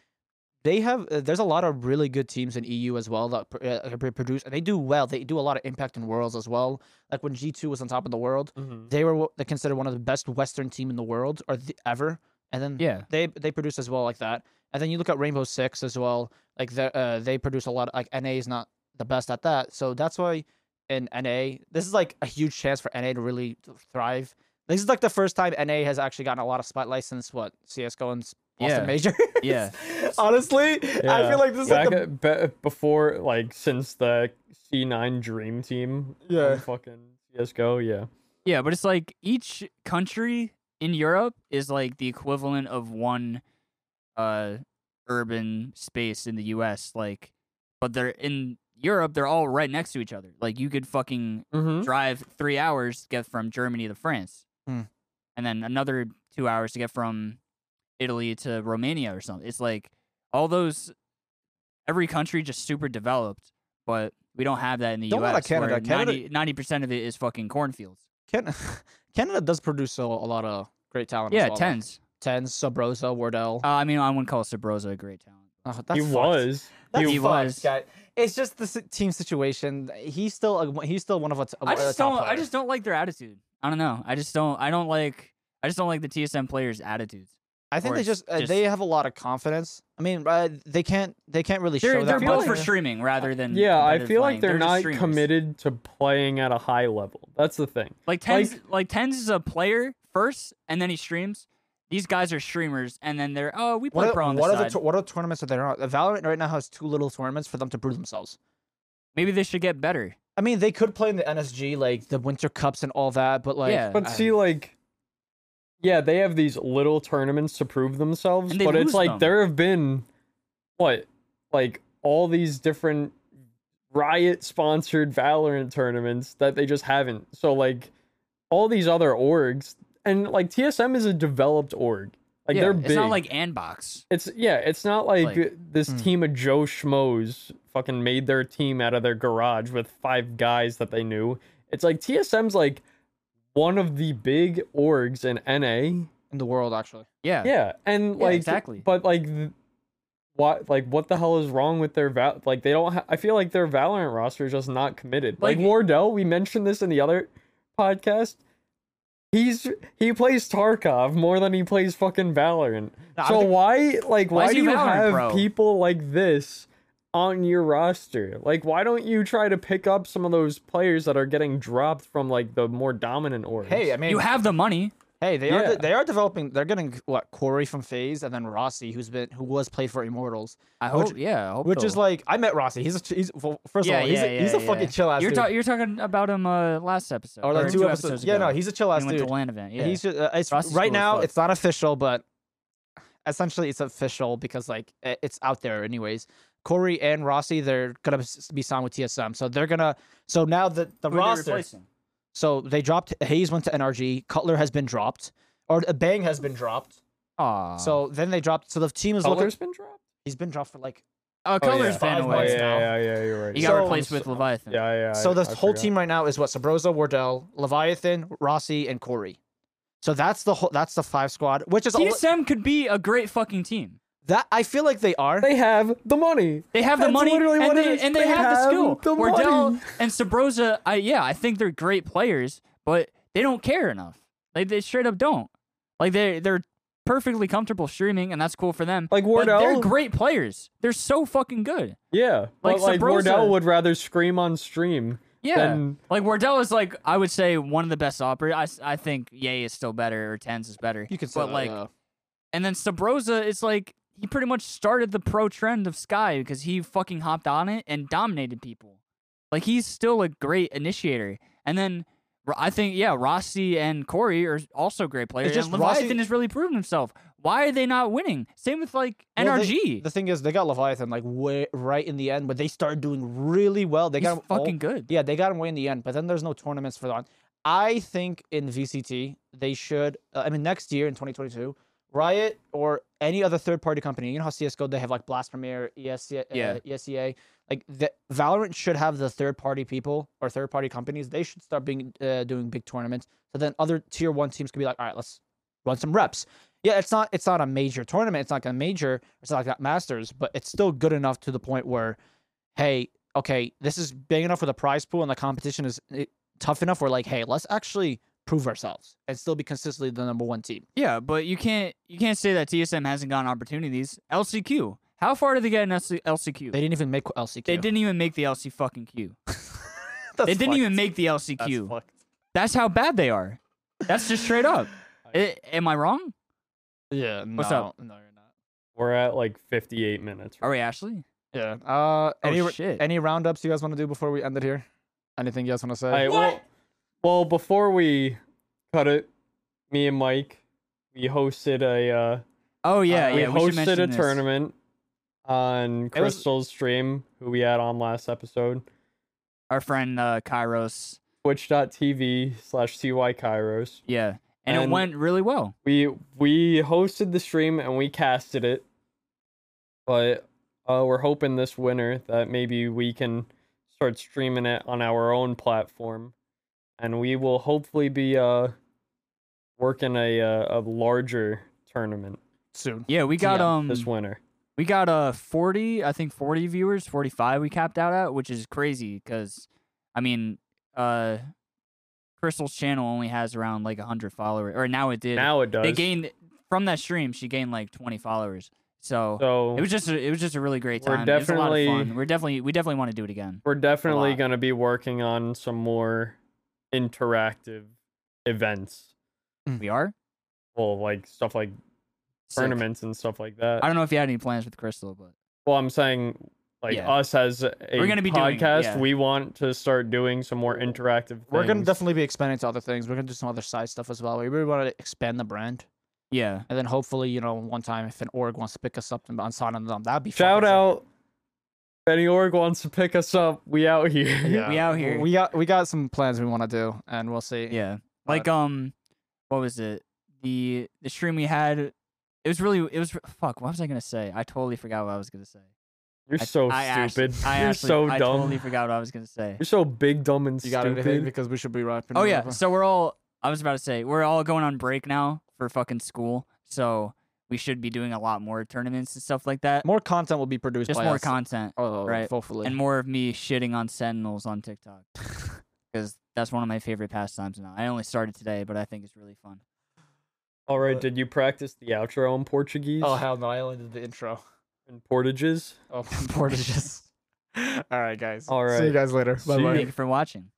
[SPEAKER 2] they have. Uh, there's a lot of really good teams in EU as well that pr- uh, uh, pr- produce, and they do well. They do a lot of impact in worlds as well. Like when G2 was on top of the world,
[SPEAKER 1] Mhm.
[SPEAKER 2] they were wh- considered one of the best Western team in the world or the, ever. And then
[SPEAKER 3] yeah
[SPEAKER 2] they they produce as well like that. And then you look at Rainbow Six as well. Like they uh, they produce a lot. Like NA is not the best at that, so that's why in NA this is like a huge chance for NA to really th- thrive. This is like the first time NA has actually gotten a lot of spotlight since what CS:GO and s- Boston
[SPEAKER 3] Yeah.
[SPEAKER 2] Major.
[SPEAKER 3] yeah
[SPEAKER 2] Honestly, I
[SPEAKER 1] Yeah.
[SPEAKER 2] feel like this is
[SPEAKER 1] Back
[SPEAKER 2] like the
[SPEAKER 1] at- be- before like since the C9 Dream Team on
[SPEAKER 2] Yeah.
[SPEAKER 1] fucking CS:GO, yeah.
[SPEAKER 3] Yeah, but it's like each country in Europe is like the equivalent of one uh urban space in the US like but they're in Europe they're all right next to each other. Like you could fucking
[SPEAKER 2] Mm-hmm.
[SPEAKER 1] Mhm.
[SPEAKER 3] drive 3 hours to get from Germany to France.
[SPEAKER 2] Hmm.
[SPEAKER 3] And then another 2 hours to get from Italy to Romania or something. It's like all those every country just super developed, but we don't have that in the
[SPEAKER 2] Don't
[SPEAKER 3] US.
[SPEAKER 2] let Canada-
[SPEAKER 3] where
[SPEAKER 2] Canada-
[SPEAKER 3] 90 percent of it is fucking cornfields.
[SPEAKER 2] Can- Canada does produce a, a lot of great talent. as
[SPEAKER 3] Yeah,
[SPEAKER 2] well, though.
[SPEAKER 3] tens.
[SPEAKER 2] tens, Subrosa, Wardell.
[SPEAKER 3] Uh, I mean, I wouldn't call Sabrosa a great talent.
[SPEAKER 2] Oh, that's
[SPEAKER 1] He
[SPEAKER 2] fucked.
[SPEAKER 1] was.
[SPEAKER 2] That's
[SPEAKER 3] He
[SPEAKER 2] fucked,
[SPEAKER 3] was.
[SPEAKER 2] guy. It's just the si- team situation. He's still a, he's still one of us.
[SPEAKER 3] I just don't. I just don't like their attitude. I don't know. I just don't. I don't like. I just don't like the TSM players' attitudes.
[SPEAKER 2] I think
[SPEAKER 3] or
[SPEAKER 2] they
[SPEAKER 3] it's
[SPEAKER 2] just, uh,
[SPEAKER 3] just-
[SPEAKER 2] they have a lot of confidence. I mean, uh, they can't they can't really
[SPEAKER 3] They're,
[SPEAKER 2] show
[SPEAKER 3] they're
[SPEAKER 2] that much.
[SPEAKER 3] built for streaming rather than.
[SPEAKER 1] Yeah, I
[SPEAKER 3] competitive
[SPEAKER 1] feel
[SPEAKER 3] playing.
[SPEAKER 1] like they're,
[SPEAKER 3] just
[SPEAKER 1] not
[SPEAKER 3] streamers.
[SPEAKER 1] committed to playing at a high level. That's the thing.
[SPEAKER 3] Like tens, like, tens is a player first, and then he streams. These guys are streamers, and then they're oh we play
[SPEAKER 2] What,
[SPEAKER 3] pro
[SPEAKER 2] are,
[SPEAKER 3] on the
[SPEAKER 2] what, are the
[SPEAKER 3] side.
[SPEAKER 2] tour- what are tournaments that they're on? Valorant right now has too little tournaments for them to prove themselves.
[SPEAKER 3] Maybe they should get better.
[SPEAKER 2] I mean, they could play in the NSG, like the Winter Cups and all that, but like,
[SPEAKER 3] Yeah.
[SPEAKER 1] But
[SPEAKER 2] I-
[SPEAKER 1] see like yeah, they have these little tournaments to prove themselves,
[SPEAKER 3] And they
[SPEAKER 1] but
[SPEAKER 3] lose
[SPEAKER 1] it's like
[SPEAKER 3] them.
[SPEAKER 1] there have been what like all these different riot sponsored Valorant tournaments that they just haven't. So like all these other orgs and like TSM is a developed org. Like
[SPEAKER 3] yeah,
[SPEAKER 1] they're
[SPEAKER 3] it's
[SPEAKER 1] big.
[SPEAKER 3] not like Anbox.
[SPEAKER 1] It's yeah, it's not like,
[SPEAKER 3] Like- hmm.
[SPEAKER 1] this
[SPEAKER 2] Mm.
[SPEAKER 1] team of Joe Schmoes fucking made their team out of their garage with five guys that they knew. It's like TSM's like one of the big orgs in NA.
[SPEAKER 2] in the world actually.
[SPEAKER 3] Yeah,
[SPEAKER 1] Yeah, and
[SPEAKER 3] Yeah,
[SPEAKER 1] like
[SPEAKER 3] exactly.
[SPEAKER 1] but like th- what like what the hell is wrong with their val? Like they don't. Ha- I feel like their Valorant roster is just not committed. Like,
[SPEAKER 3] Like-
[SPEAKER 1] Wardell, we mentioned this in the other podcast. He's he plays Tarkov more than he plays fucking Valorant.
[SPEAKER 2] No, I
[SPEAKER 1] so
[SPEAKER 2] think-
[SPEAKER 1] why like
[SPEAKER 3] Why
[SPEAKER 1] why,
[SPEAKER 3] is
[SPEAKER 1] do
[SPEAKER 3] he
[SPEAKER 1] you
[SPEAKER 3] Valorant
[SPEAKER 1] have
[SPEAKER 3] pro?
[SPEAKER 1] people like this on your roster? Like why don't you try to pick up some of those players that are getting dropped from like the more dominant orgs?
[SPEAKER 2] Hey, I mean,
[SPEAKER 3] you have the money.
[SPEAKER 2] Hey, they
[SPEAKER 1] Yeah.
[SPEAKER 2] are they are developing. They're getting what Corey from Phase, and then Rossi, who's been who was played for Immortals,
[SPEAKER 3] I
[SPEAKER 2] Which-
[SPEAKER 3] hope. yeah, I hope
[SPEAKER 2] which is
[SPEAKER 3] so.
[SPEAKER 2] like I met Rossi. He's a, he's well, first
[SPEAKER 3] Yeah,
[SPEAKER 2] of all he's a,
[SPEAKER 3] yeah,
[SPEAKER 2] he's
[SPEAKER 3] yeah,
[SPEAKER 2] a fucking
[SPEAKER 3] yeah.
[SPEAKER 2] chill ass
[SPEAKER 3] you're
[SPEAKER 2] dude.
[SPEAKER 3] ta- you're talking about him uh, last episode
[SPEAKER 2] or like
[SPEAKER 3] or
[SPEAKER 2] two, episodes. Yeah,
[SPEAKER 3] ago.
[SPEAKER 2] no, he's a chill
[SPEAKER 3] He
[SPEAKER 2] ass
[SPEAKER 3] went
[SPEAKER 2] dude.
[SPEAKER 3] to LAN event. Yeah,
[SPEAKER 2] He's just, uh, it's
[SPEAKER 3] Rossi's
[SPEAKER 2] right
[SPEAKER 3] cool as
[SPEAKER 2] now.
[SPEAKER 3] fuck.
[SPEAKER 2] It's not official, but essentially it's official because like i- it's out there anyways. Corey and Rossi, they're gonna s- be signed with TSM, so they're gonna. So now the the
[SPEAKER 3] Who are they
[SPEAKER 2] roster.
[SPEAKER 3] replacing?
[SPEAKER 2] So they dropped Hayes went to NRG. Cutler has been dropped, or uh, Bang has been dropped.
[SPEAKER 3] Aw. Uh,
[SPEAKER 2] So then they dropped. So the team is looking.
[SPEAKER 1] Color's been dropped.
[SPEAKER 2] He's been dropped for like
[SPEAKER 3] uh, Color's
[SPEAKER 1] yeah.
[SPEAKER 3] been
[SPEAKER 2] Five
[SPEAKER 1] Oh,
[SPEAKER 3] away.
[SPEAKER 1] yeah,
[SPEAKER 2] months now.
[SPEAKER 1] yeah, yeah, you're right.
[SPEAKER 3] He got
[SPEAKER 2] So-
[SPEAKER 3] replaced with Leviathan.
[SPEAKER 1] yeah, yeah.
[SPEAKER 2] So
[SPEAKER 1] I-
[SPEAKER 2] the
[SPEAKER 1] I
[SPEAKER 2] whole
[SPEAKER 1] forgot.
[SPEAKER 2] team right now is what Sabrosa, Wardell, Leviathan, Rossi, and Corey. So that's the whole that's the five squad, which is a, li-
[SPEAKER 3] TSM could be a great fucking team.
[SPEAKER 2] that I feel like they are.
[SPEAKER 1] They have the money.
[SPEAKER 3] They have the
[SPEAKER 1] That's
[SPEAKER 3] money
[SPEAKER 1] literally
[SPEAKER 3] and
[SPEAKER 1] what it
[SPEAKER 3] they,
[SPEAKER 1] is.
[SPEAKER 3] and they,
[SPEAKER 1] They
[SPEAKER 3] have, the
[SPEAKER 1] have
[SPEAKER 3] skill.
[SPEAKER 1] the
[SPEAKER 3] Wardell
[SPEAKER 1] money.
[SPEAKER 3] and Sabrosa, I yeah, I think they're great players, but they don't care enough. Like they straight up don't. Like they they're perfectly comfortable streaming, and that's cool for them.
[SPEAKER 1] Like
[SPEAKER 3] But they're
[SPEAKER 1] Wardell?
[SPEAKER 3] great players. They're so fucking good.
[SPEAKER 1] Yeah,
[SPEAKER 3] Like
[SPEAKER 1] but like
[SPEAKER 3] Sabrosa.
[SPEAKER 1] Wardell would rather scream on stream.
[SPEAKER 3] Yeah,
[SPEAKER 1] Then-
[SPEAKER 3] like Wardell is like I would say one of the best operators. I, s- I think Yay is still better or Tens is better.
[SPEAKER 2] You can say
[SPEAKER 3] but
[SPEAKER 2] that,
[SPEAKER 3] like
[SPEAKER 2] yeah.
[SPEAKER 3] And then Sabrosa is like he pretty much started the pro trend of Sky because he fucking hopped on it and dominated people. Like he's still a great initiator. And then Ro- I think yeah, Rossi and Corey are also great players.
[SPEAKER 2] just
[SPEAKER 3] and Leviathan
[SPEAKER 2] Rossi-
[SPEAKER 3] has really proven himself. Why are they not winning? Same with like
[SPEAKER 2] Well, they-
[SPEAKER 3] NRG.
[SPEAKER 2] the thing is, they got Leviathan like way, right in the end, but they started doing really well. They
[SPEAKER 3] he's
[SPEAKER 2] got him all-
[SPEAKER 3] fucking good.
[SPEAKER 2] Yeah, they got him way in the end, but then there's no tournaments for that. I think in VCT they should. Uh, I mean, next year in 2022, Riot or any other third-party company. You know how CS:GO they have like Blast Premier, ESCA,
[SPEAKER 3] Yeah.
[SPEAKER 2] uh, ESEA. Like the, Valorant should have the third-party people or third-party companies. They should start being uh, doing big tournaments. So then other tier one teams could be like, all right, let's run some reps. Yeah, it's not it's not a major tournament. It's not like a major. It's not like that Masters, but it's still good enough to the point where, hey, okay, this is big enough for the prize pool and the competition is eh, tough enough. We're like, hey, let's actually prove ourselves and still be consistently the number one team.
[SPEAKER 3] Yeah, but you can't you can't say that TSM hasn't gotten opportunities. LCQ. How far did they get in LC- LCQ?
[SPEAKER 2] They didn't even make LCQ.
[SPEAKER 3] They didn't even make the LC fucking Q.
[SPEAKER 2] That's
[SPEAKER 3] They didn't
[SPEAKER 2] fucked.
[SPEAKER 3] even make the LCQ.
[SPEAKER 2] That's fucked.
[SPEAKER 3] That's how bad they are. That's just straight up. I- am I wrong?
[SPEAKER 2] Yeah.
[SPEAKER 3] What's up?
[SPEAKER 2] No, no, you're not.
[SPEAKER 1] We're at like 58 minutes.
[SPEAKER 3] Are we Ashley?
[SPEAKER 2] Yeah. Uh, any
[SPEAKER 3] oh
[SPEAKER 2] ra-
[SPEAKER 3] shit.
[SPEAKER 2] any roundups you guys want to do before we end it here? Anything you guys want to say?
[SPEAKER 1] All right, well, well, before we cut it, me and Mike, we hosted a uh,
[SPEAKER 3] oh yeah,
[SPEAKER 1] we
[SPEAKER 3] yeah. we should
[SPEAKER 1] hosted
[SPEAKER 3] mention
[SPEAKER 1] a
[SPEAKER 3] this.
[SPEAKER 1] tournament on
[SPEAKER 2] It was-
[SPEAKER 1] Crystal's stream, who we had on last episode.
[SPEAKER 3] Our friend uh, Kairos.
[SPEAKER 1] Twitch.tv slash ty kairos.
[SPEAKER 3] Yeah, and,
[SPEAKER 1] And-
[SPEAKER 3] it went really well.
[SPEAKER 1] We we hosted the stream and we casted it, but uh, we're hoping this winter that maybe we can start streaming it on our own platform, and we will hopefully be uh working a uh, a larger tournament
[SPEAKER 2] Soon.
[SPEAKER 3] Yeah, we got
[SPEAKER 2] TM,
[SPEAKER 3] um,
[SPEAKER 1] this winter.
[SPEAKER 3] we got uh forty, I think forty viewers, forty five. We capped out at, which is crazy because, I mean, uh, Crystal's channel only has around like hundred followers, or now it did.
[SPEAKER 1] Now it does.
[SPEAKER 3] they gained from that stream. She gained like twenty followers. So
[SPEAKER 1] so
[SPEAKER 3] It was just a, it was just a really great
[SPEAKER 1] We're
[SPEAKER 3] time. It was a lot of
[SPEAKER 1] definitely-
[SPEAKER 3] fun. We're definitely we definitely want to do it again.
[SPEAKER 1] we're definitely
[SPEAKER 3] lot.
[SPEAKER 1] going to be working on some more interactive events,
[SPEAKER 3] We are
[SPEAKER 1] well, like stuff like
[SPEAKER 3] Sick.
[SPEAKER 1] tournaments and stuff like that.
[SPEAKER 3] I don't know if you had any plans with Crystal, but
[SPEAKER 1] Well, I'm saying like
[SPEAKER 3] Yeah.
[SPEAKER 1] us as a
[SPEAKER 3] We're gonna be doing it,
[SPEAKER 1] podcast,
[SPEAKER 3] yeah.
[SPEAKER 1] we want to start doing some more interactive things.
[SPEAKER 2] We're gonna definitely be expanding to other things. We're gonna do some other side stuff as well. We really want to expand the brand,
[SPEAKER 3] yeah,
[SPEAKER 2] and then hopefully, you know, one time if an org wants to pick us up and on sign on them, that'd be
[SPEAKER 1] shout
[SPEAKER 2] fucking sick.
[SPEAKER 1] out. If any org wants to pick us up, we out here.
[SPEAKER 2] Yeah.
[SPEAKER 1] Uh,
[SPEAKER 3] we out here.
[SPEAKER 2] We got we got some plans we want to do, and we'll see.
[SPEAKER 3] yeah, like um, what was it? The the stream we had, it was really it was fuck. What was I gonna say? I totally forgot what I was gonna say.
[SPEAKER 1] You're
[SPEAKER 3] I-
[SPEAKER 1] so
[SPEAKER 3] I act-
[SPEAKER 1] stupid.
[SPEAKER 3] I
[SPEAKER 1] You're
[SPEAKER 3] actually-
[SPEAKER 1] so
[SPEAKER 3] I
[SPEAKER 1] dumb.
[SPEAKER 3] totally forgot what I was gonna say.
[SPEAKER 1] You're so big, dumb, and
[SPEAKER 2] You got
[SPEAKER 1] stupid.
[SPEAKER 2] anything? Because we should be wrapping.
[SPEAKER 3] Oh
[SPEAKER 2] it
[SPEAKER 3] yeah,
[SPEAKER 2] up.
[SPEAKER 3] so we're all. I was about to say we're all going on break now for fucking school, so we should be doing a lot more tournaments and stuff like that.
[SPEAKER 2] more content will be produced.
[SPEAKER 3] Just
[SPEAKER 2] by
[SPEAKER 3] more
[SPEAKER 2] us.
[SPEAKER 3] content.
[SPEAKER 2] Oh,
[SPEAKER 3] right.
[SPEAKER 2] Hopefully.
[SPEAKER 3] and more of me shitting on Sentinels on TikTok because that's one of my favorite pastimes now. I only started today, but I think it's really fun.
[SPEAKER 1] All right,
[SPEAKER 3] Uh,
[SPEAKER 2] But-
[SPEAKER 1] did you practice the outro in Portuguese?
[SPEAKER 2] oh hell no! I only did the intro.
[SPEAKER 1] in portages.
[SPEAKER 2] Oh, Portages. All right, guys.
[SPEAKER 1] All
[SPEAKER 2] See you
[SPEAKER 1] right.
[SPEAKER 2] guys later.
[SPEAKER 1] See
[SPEAKER 2] Bye bye.
[SPEAKER 1] ya.
[SPEAKER 3] Thank you for watching.